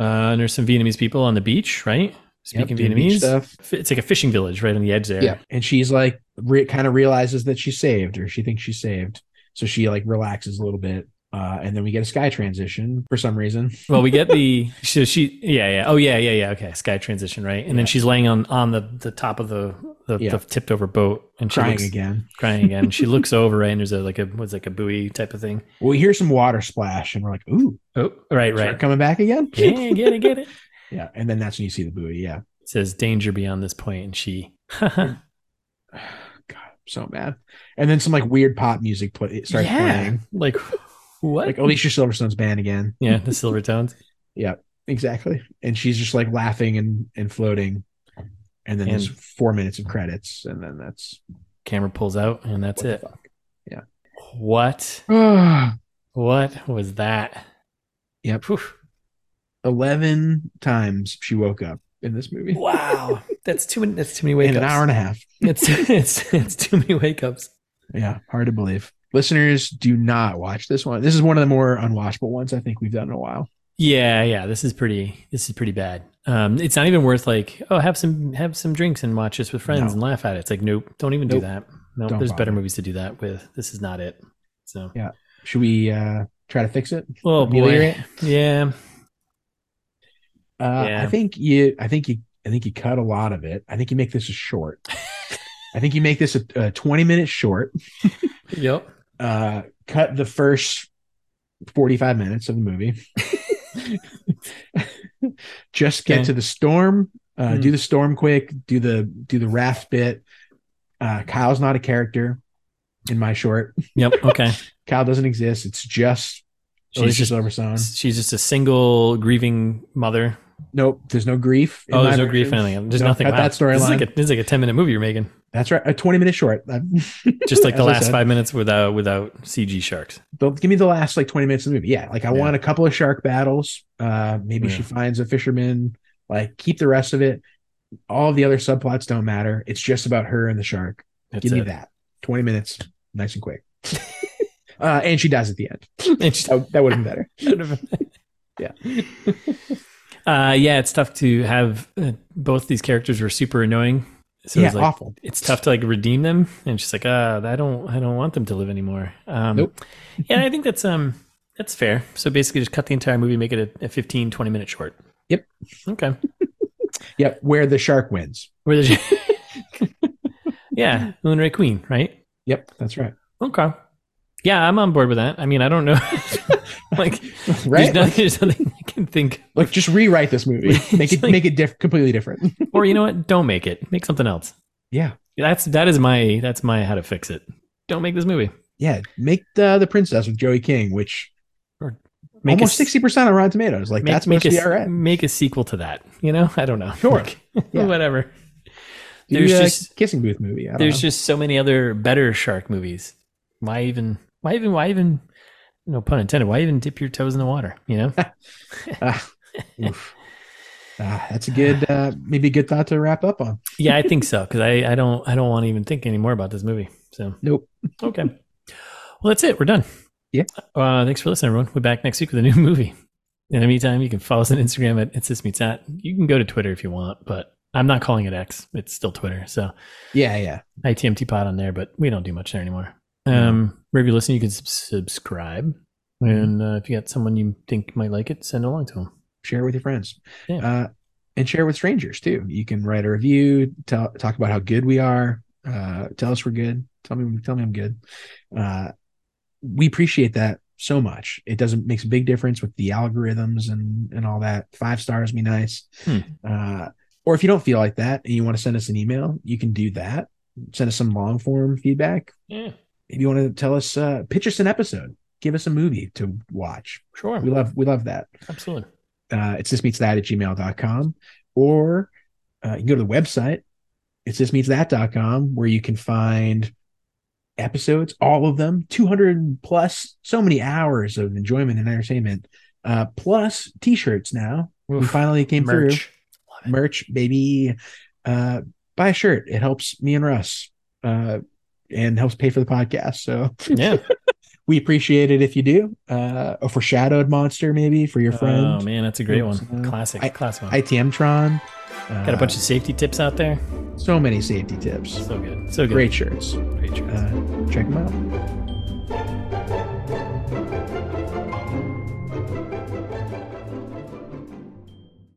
[SPEAKER 2] Uh, and there's some Vietnamese people on the beach, right?
[SPEAKER 1] Yep,
[SPEAKER 2] Speaking
[SPEAKER 1] doing beach
[SPEAKER 2] Vietnamese,
[SPEAKER 1] stuff.
[SPEAKER 2] F- it's like a fishing village right on the edge there.
[SPEAKER 1] Yeah. And she's like, re- kind of realizes that she's saved, or she thinks she's saved. So she like relaxes a little bit. Uh, and then we get a sky transition for some reason.
[SPEAKER 2] Well, we get the so she yeah yeah oh yeah yeah yeah okay sky transition right, and
[SPEAKER 1] Yeah.
[SPEAKER 2] then she's laying on on the the top of the the,
[SPEAKER 1] Yeah.
[SPEAKER 2] the tipped over boat and she
[SPEAKER 1] Crying
[SPEAKER 2] looks,
[SPEAKER 1] again.
[SPEAKER 2] crying again. she looks over right, and there's a like a what's like a buoy type of thing.
[SPEAKER 1] We hear some water splash, and we're like, "Ooh,
[SPEAKER 2] Oh right
[SPEAKER 1] shark
[SPEAKER 2] right
[SPEAKER 1] coming back again!"
[SPEAKER 2] yeah get it get it.
[SPEAKER 1] Yeah, and then that's when you see the buoy. Yeah,
[SPEAKER 2] It says danger beyond this point, and she
[SPEAKER 1] God, I'm so mad. And then some like weird pop music play starts
[SPEAKER 2] yeah
[SPEAKER 1] playing,
[SPEAKER 2] like what
[SPEAKER 1] like oh, Alicia Silverstone's band again.
[SPEAKER 2] yeah the silver tones
[SPEAKER 1] Exactly, and she's just like laughing and and floating. And then there's
[SPEAKER 2] And-
[SPEAKER 1] four minutes of credits, and then that's
[SPEAKER 2] camera pulls out and that's
[SPEAKER 1] what
[SPEAKER 2] it.
[SPEAKER 1] The fuck.
[SPEAKER 2] What
[SPEAKER 1] Ah,
[SPEAKER 2] What was that?
[SPEAKER 1] Yep.
[SPEAKER 2] Whew.
[SPEAKER 1] Eleven times she woke up in this movie
[SPEAKER 2] Wow. that's too many that's too many wake
[SPEAKER 1] in an
[SPEAKER 2] ups.
[SPEAKER 1] hour and a half.
[SPEAKER 2] It's, it's it's too many wake ups.
[SPEAKER 1] Yeah, hard to believe. Listeners, do not watch this one. This is one of the more unwatchable ones I think we've done in a while.
[SPEAKER 2] Yeah, yeah. This is pretty this is pretty bad. Um it's not even worth like, oh have some have some drinks and watch this with friends
[SPEAKER 1] No.
[SPEAKER 2] and laugh at it. It's like, nope, don't even do
[SPEAKER 1] Nope.
[SPEAKER 2] that. No,
[SPEAKER 1] Don't
[SPEAKER 2] there's better
[SPEAKER 1] bother.
[SPEAKER 2] movies to do that with. This is not it. So
[SPEAKER 1] Yeah. Should we uh try to fix it?
[SPEAKER 2] Oh boy.
[SPEAKER 1] Ameliorate?
[SPEAKER 2] Yeah.
[SPEAKER 1] Uh,
[SPEAKER 2] Yeah.
[SPEAKER 1] I think you. I think you. I think you cut a lot of it. I think you make this a short. I think you make this a, a twenty-minute short.
[SPEAKER 2] Yep.
[SPEAKER 1] Uh, cut the first forty-five minutes of the movie. Just get
[SPEAKER 2] Okay.
[SPEAKER 1] to the storm. Uh,
[SPEAKER 2] Hmm.
[SPEAKER 1] Do the storm quick. Do the do the raft bit. Uh, Kyle's not a character in my short.
[SPEAKER 2] Yep. Okay.
[SPEAKER 1] Kyle doesn't exist. It's just
[SPEAKER 2] she's
[SPEAKER 1] Alicia
[SPEAKER 2] just
[SPEAKER 1] Silverstone.
[SPEAKER 2] she's just a single grieving mother
[SPEAKER 1] Nope. There's no grief. in
[SPEAKER 2] Oh,
[SPEAKER 1] my
[SPEAKER 2] there's no grief
[SPEAKER 1] version.
[SPEAKER 2] ending. There's
[SPEAKER 1] No,
[SPEAKER 2] nothing.
[SPEAKER 1] cut that
[SPEAKER 2] Wow. This is like
[SPEAKER 1] storyline.
[SPEAKER 2] a this is like a ten minute movie you're making,
[SPEAKER 1] That's right. A 20 minute short.
[SPEAKER 2] just like
[SPEAKER 1] As
[SPEAKER 2] the
[SPEAKER 1] I
[SPEAKER 2] last
[SPEAKER 1] said.
[SPEAKER 2] five minutes without without CG sharks.
[SPEAKER 1] the, give me the last like 20 minutes of the movie. Yeah. Like I
[SPEAKER 2] Yeah.
[SPEAKER 1] want a couple of shark battles. Uh maybe she
[SPEAKER 2] Yeah.
[SPEAKER 1] finds a fisherman. Like keep the rest of it. All of the other subplots don't matter. It's just about her and the shark.
[SPEAKER 2] That's
[SPEAKER 1] give me
[SPEAKER 2] it.
[SPEAKER 1] that. 20 minutes, nice and quick. uh and she dies at the end.
[SPEAKER 2] And she-
[SPEAKER 1] That, that would have been better.
[SPEAKER 2] yeah. Uh, yeah, it's tough to have uh, both these characters were super annoying. So
[SPEAKER 1] yeah,
[SPEAKER 2] it's like,
[SPEAKER 1] awful.
[SPEAKER 2] it's tough to like redeem them, and she's like, uh, I don't, I don't want them to live anymore. Um,
[SPEAKER 1] Nope.
[SPEAKER 2] yeah, I think that's um, that's fair. So basically, just cut the entire movie, make it a, a 15, 20 minute short.
[SPEAKER 1] Yep.
[SPEAKER 2] Okay.
[SPEAKER 1] Yep, where the shark wins.
[SPEAKER 2] Where the yeah, Moonray Queen, right?
[SPEAKER 1] Yep, that's right.
[SPEAKER 2] Okay. Yeah, I'm on board with that. I mean, I don't know. like,
[SPEAKER 1] Right?
[SPEAKER 2] there's, no, there's nothing I can think.
[SPEAKER 1] Like just rewrite this movie. Make it
[SPEAKER 2] Like-
[SPEAKER 1] make it diff- completely different.
[SPEAKER 2] Or you know what? Don't make it. Make something else.
[SPEAKER 1] yeah.
[SPEAKER 2] That's that is my that's my how to fix it. Don't make this movie.
[SPEAKER 1] yeah, make the the princess with Joey King, which
[SPEAKER 2] Make
[SPEAKER 1] almost
[SPEAKER 2] a,
[SPEAKER 1] sixty percent on Rotten Tomatoes. Like
[SPEAKER 2] make,
[SPEAKER 1] that's
[SPEAKER 2] make
[SPEAKER 1] must
[SPEAKER 2] a,
[SPEAKER 1] be all right.
[SPEAKER 2] make a sequel to that. You know, I don't know.
[SPEAKER 1] Sure.
[SPEAKER 2] Like,
[SPEAKER 1] Yeah.
[SPEAKER 2] Whatever.
[SPEAKER 1] Do
[SPEAKER 2] there's
[SPEAKER 1] a
[SPEAKER 2] just-
[SPEAKER 1] kissing booth movie. I don't
[SPEAKER 2] There's
[SPEAKER 1] know.
[SPEAKER 2] just so many other better shark movies. Why even? Why even? Why even? No pun intended. Why even dip your toes in the water? You know.
[SPEAKER 1] Ah, oof. Ah, that's a good uh, maybe a good thought to wrap up on.
[SPEAKER 2] yeah, I think so because I, I don't I don't want to even think anymore about this movie. So
[SPEAKER 1] Nope.
[SPEAKER 2] Okay. Well, that's it. We're done.
[SPEAKER 1] Yeah.
[SPEAKER 2] Uh, thanks for listening, everyone. We'll be back next week with a new movie. In the meantime, you can follow us on Instagram at it's this meets that. You can go to Twitter if you want, but I'm not calling it X. It's still Twitter. So
[SPEAKER 1] Yeah, yeah.
[SPEAKER 2] ITMT pod on there, but we don't do much there anymore. Um, wherever you listen, you can sub- subscribe. And uh, if you got someone you think might like it, send it along to them.
[SPEAKER 1] share it with your friends
[SPEAKER 2] Yeah.
[SPEAKER 1] uh, and share it with strangers too you can write a review tell, talk about how good we are uh, tell us we're good tell me tell me i'm good uh, we appreciate that so much it doesn't makes a big difference with the algorithms and and all that five stars be nice
[SPEAKER 2] Hmm.
[SPEAKER 1] uh, or if you don't feel like that and you want to send us an email you can do that send us some long form feedback
[SPEAKER 2] Yeah,
[SPEAKER 1] if you want to tell us uh, pitch us an episode give us a movie to watch
[SPEAKER 2] sure.
[SPEAKER 1] we love we love that
[SPEAKER 2] Absolutely.
[SPEAKER 1] uh, it's this meets that at gmail.com or uh, you can go to the website it's this meets that.com where you can find episodes all of them 200 plus so many hours of enjoyment and entertainment uh, plus t-shirts now we
[SPEAKER 2] Oof.
[SPEAKER 1] finally came
[SPEAKER 2] Merch.
[SPEAKER 1] through merch baby uh, buy a shirt it helps me and russ uh, and helps pay for the podcast so
[SPEAKER 2] Yeah.
[SPEAKER 1] we appreciate it if you do uh, or for shadowed monster maybe for your friend
[SPEAKER 2] Oh, man. That's a great
[SPEAKER 1] Oops,
[SPEAKER 2] one.
[SPEAKER 1] uh,
[SPEAKER 2] Classic.
[SPEAKER 1] I-
[SPEAKER 2] classic one.
[SPEAKER 1] ITM Tron. Uh,
[SPEAKER 2] Got a bunch of safety tips out there.
[SPEAKER 1] of so many safety tips.
[SPEAKER 2] So good. So good.
[SPEAKER 1] Uh, Great shirts.
[SPEAKER 2] Great.
[SPEAKER 1] Uh, check them out.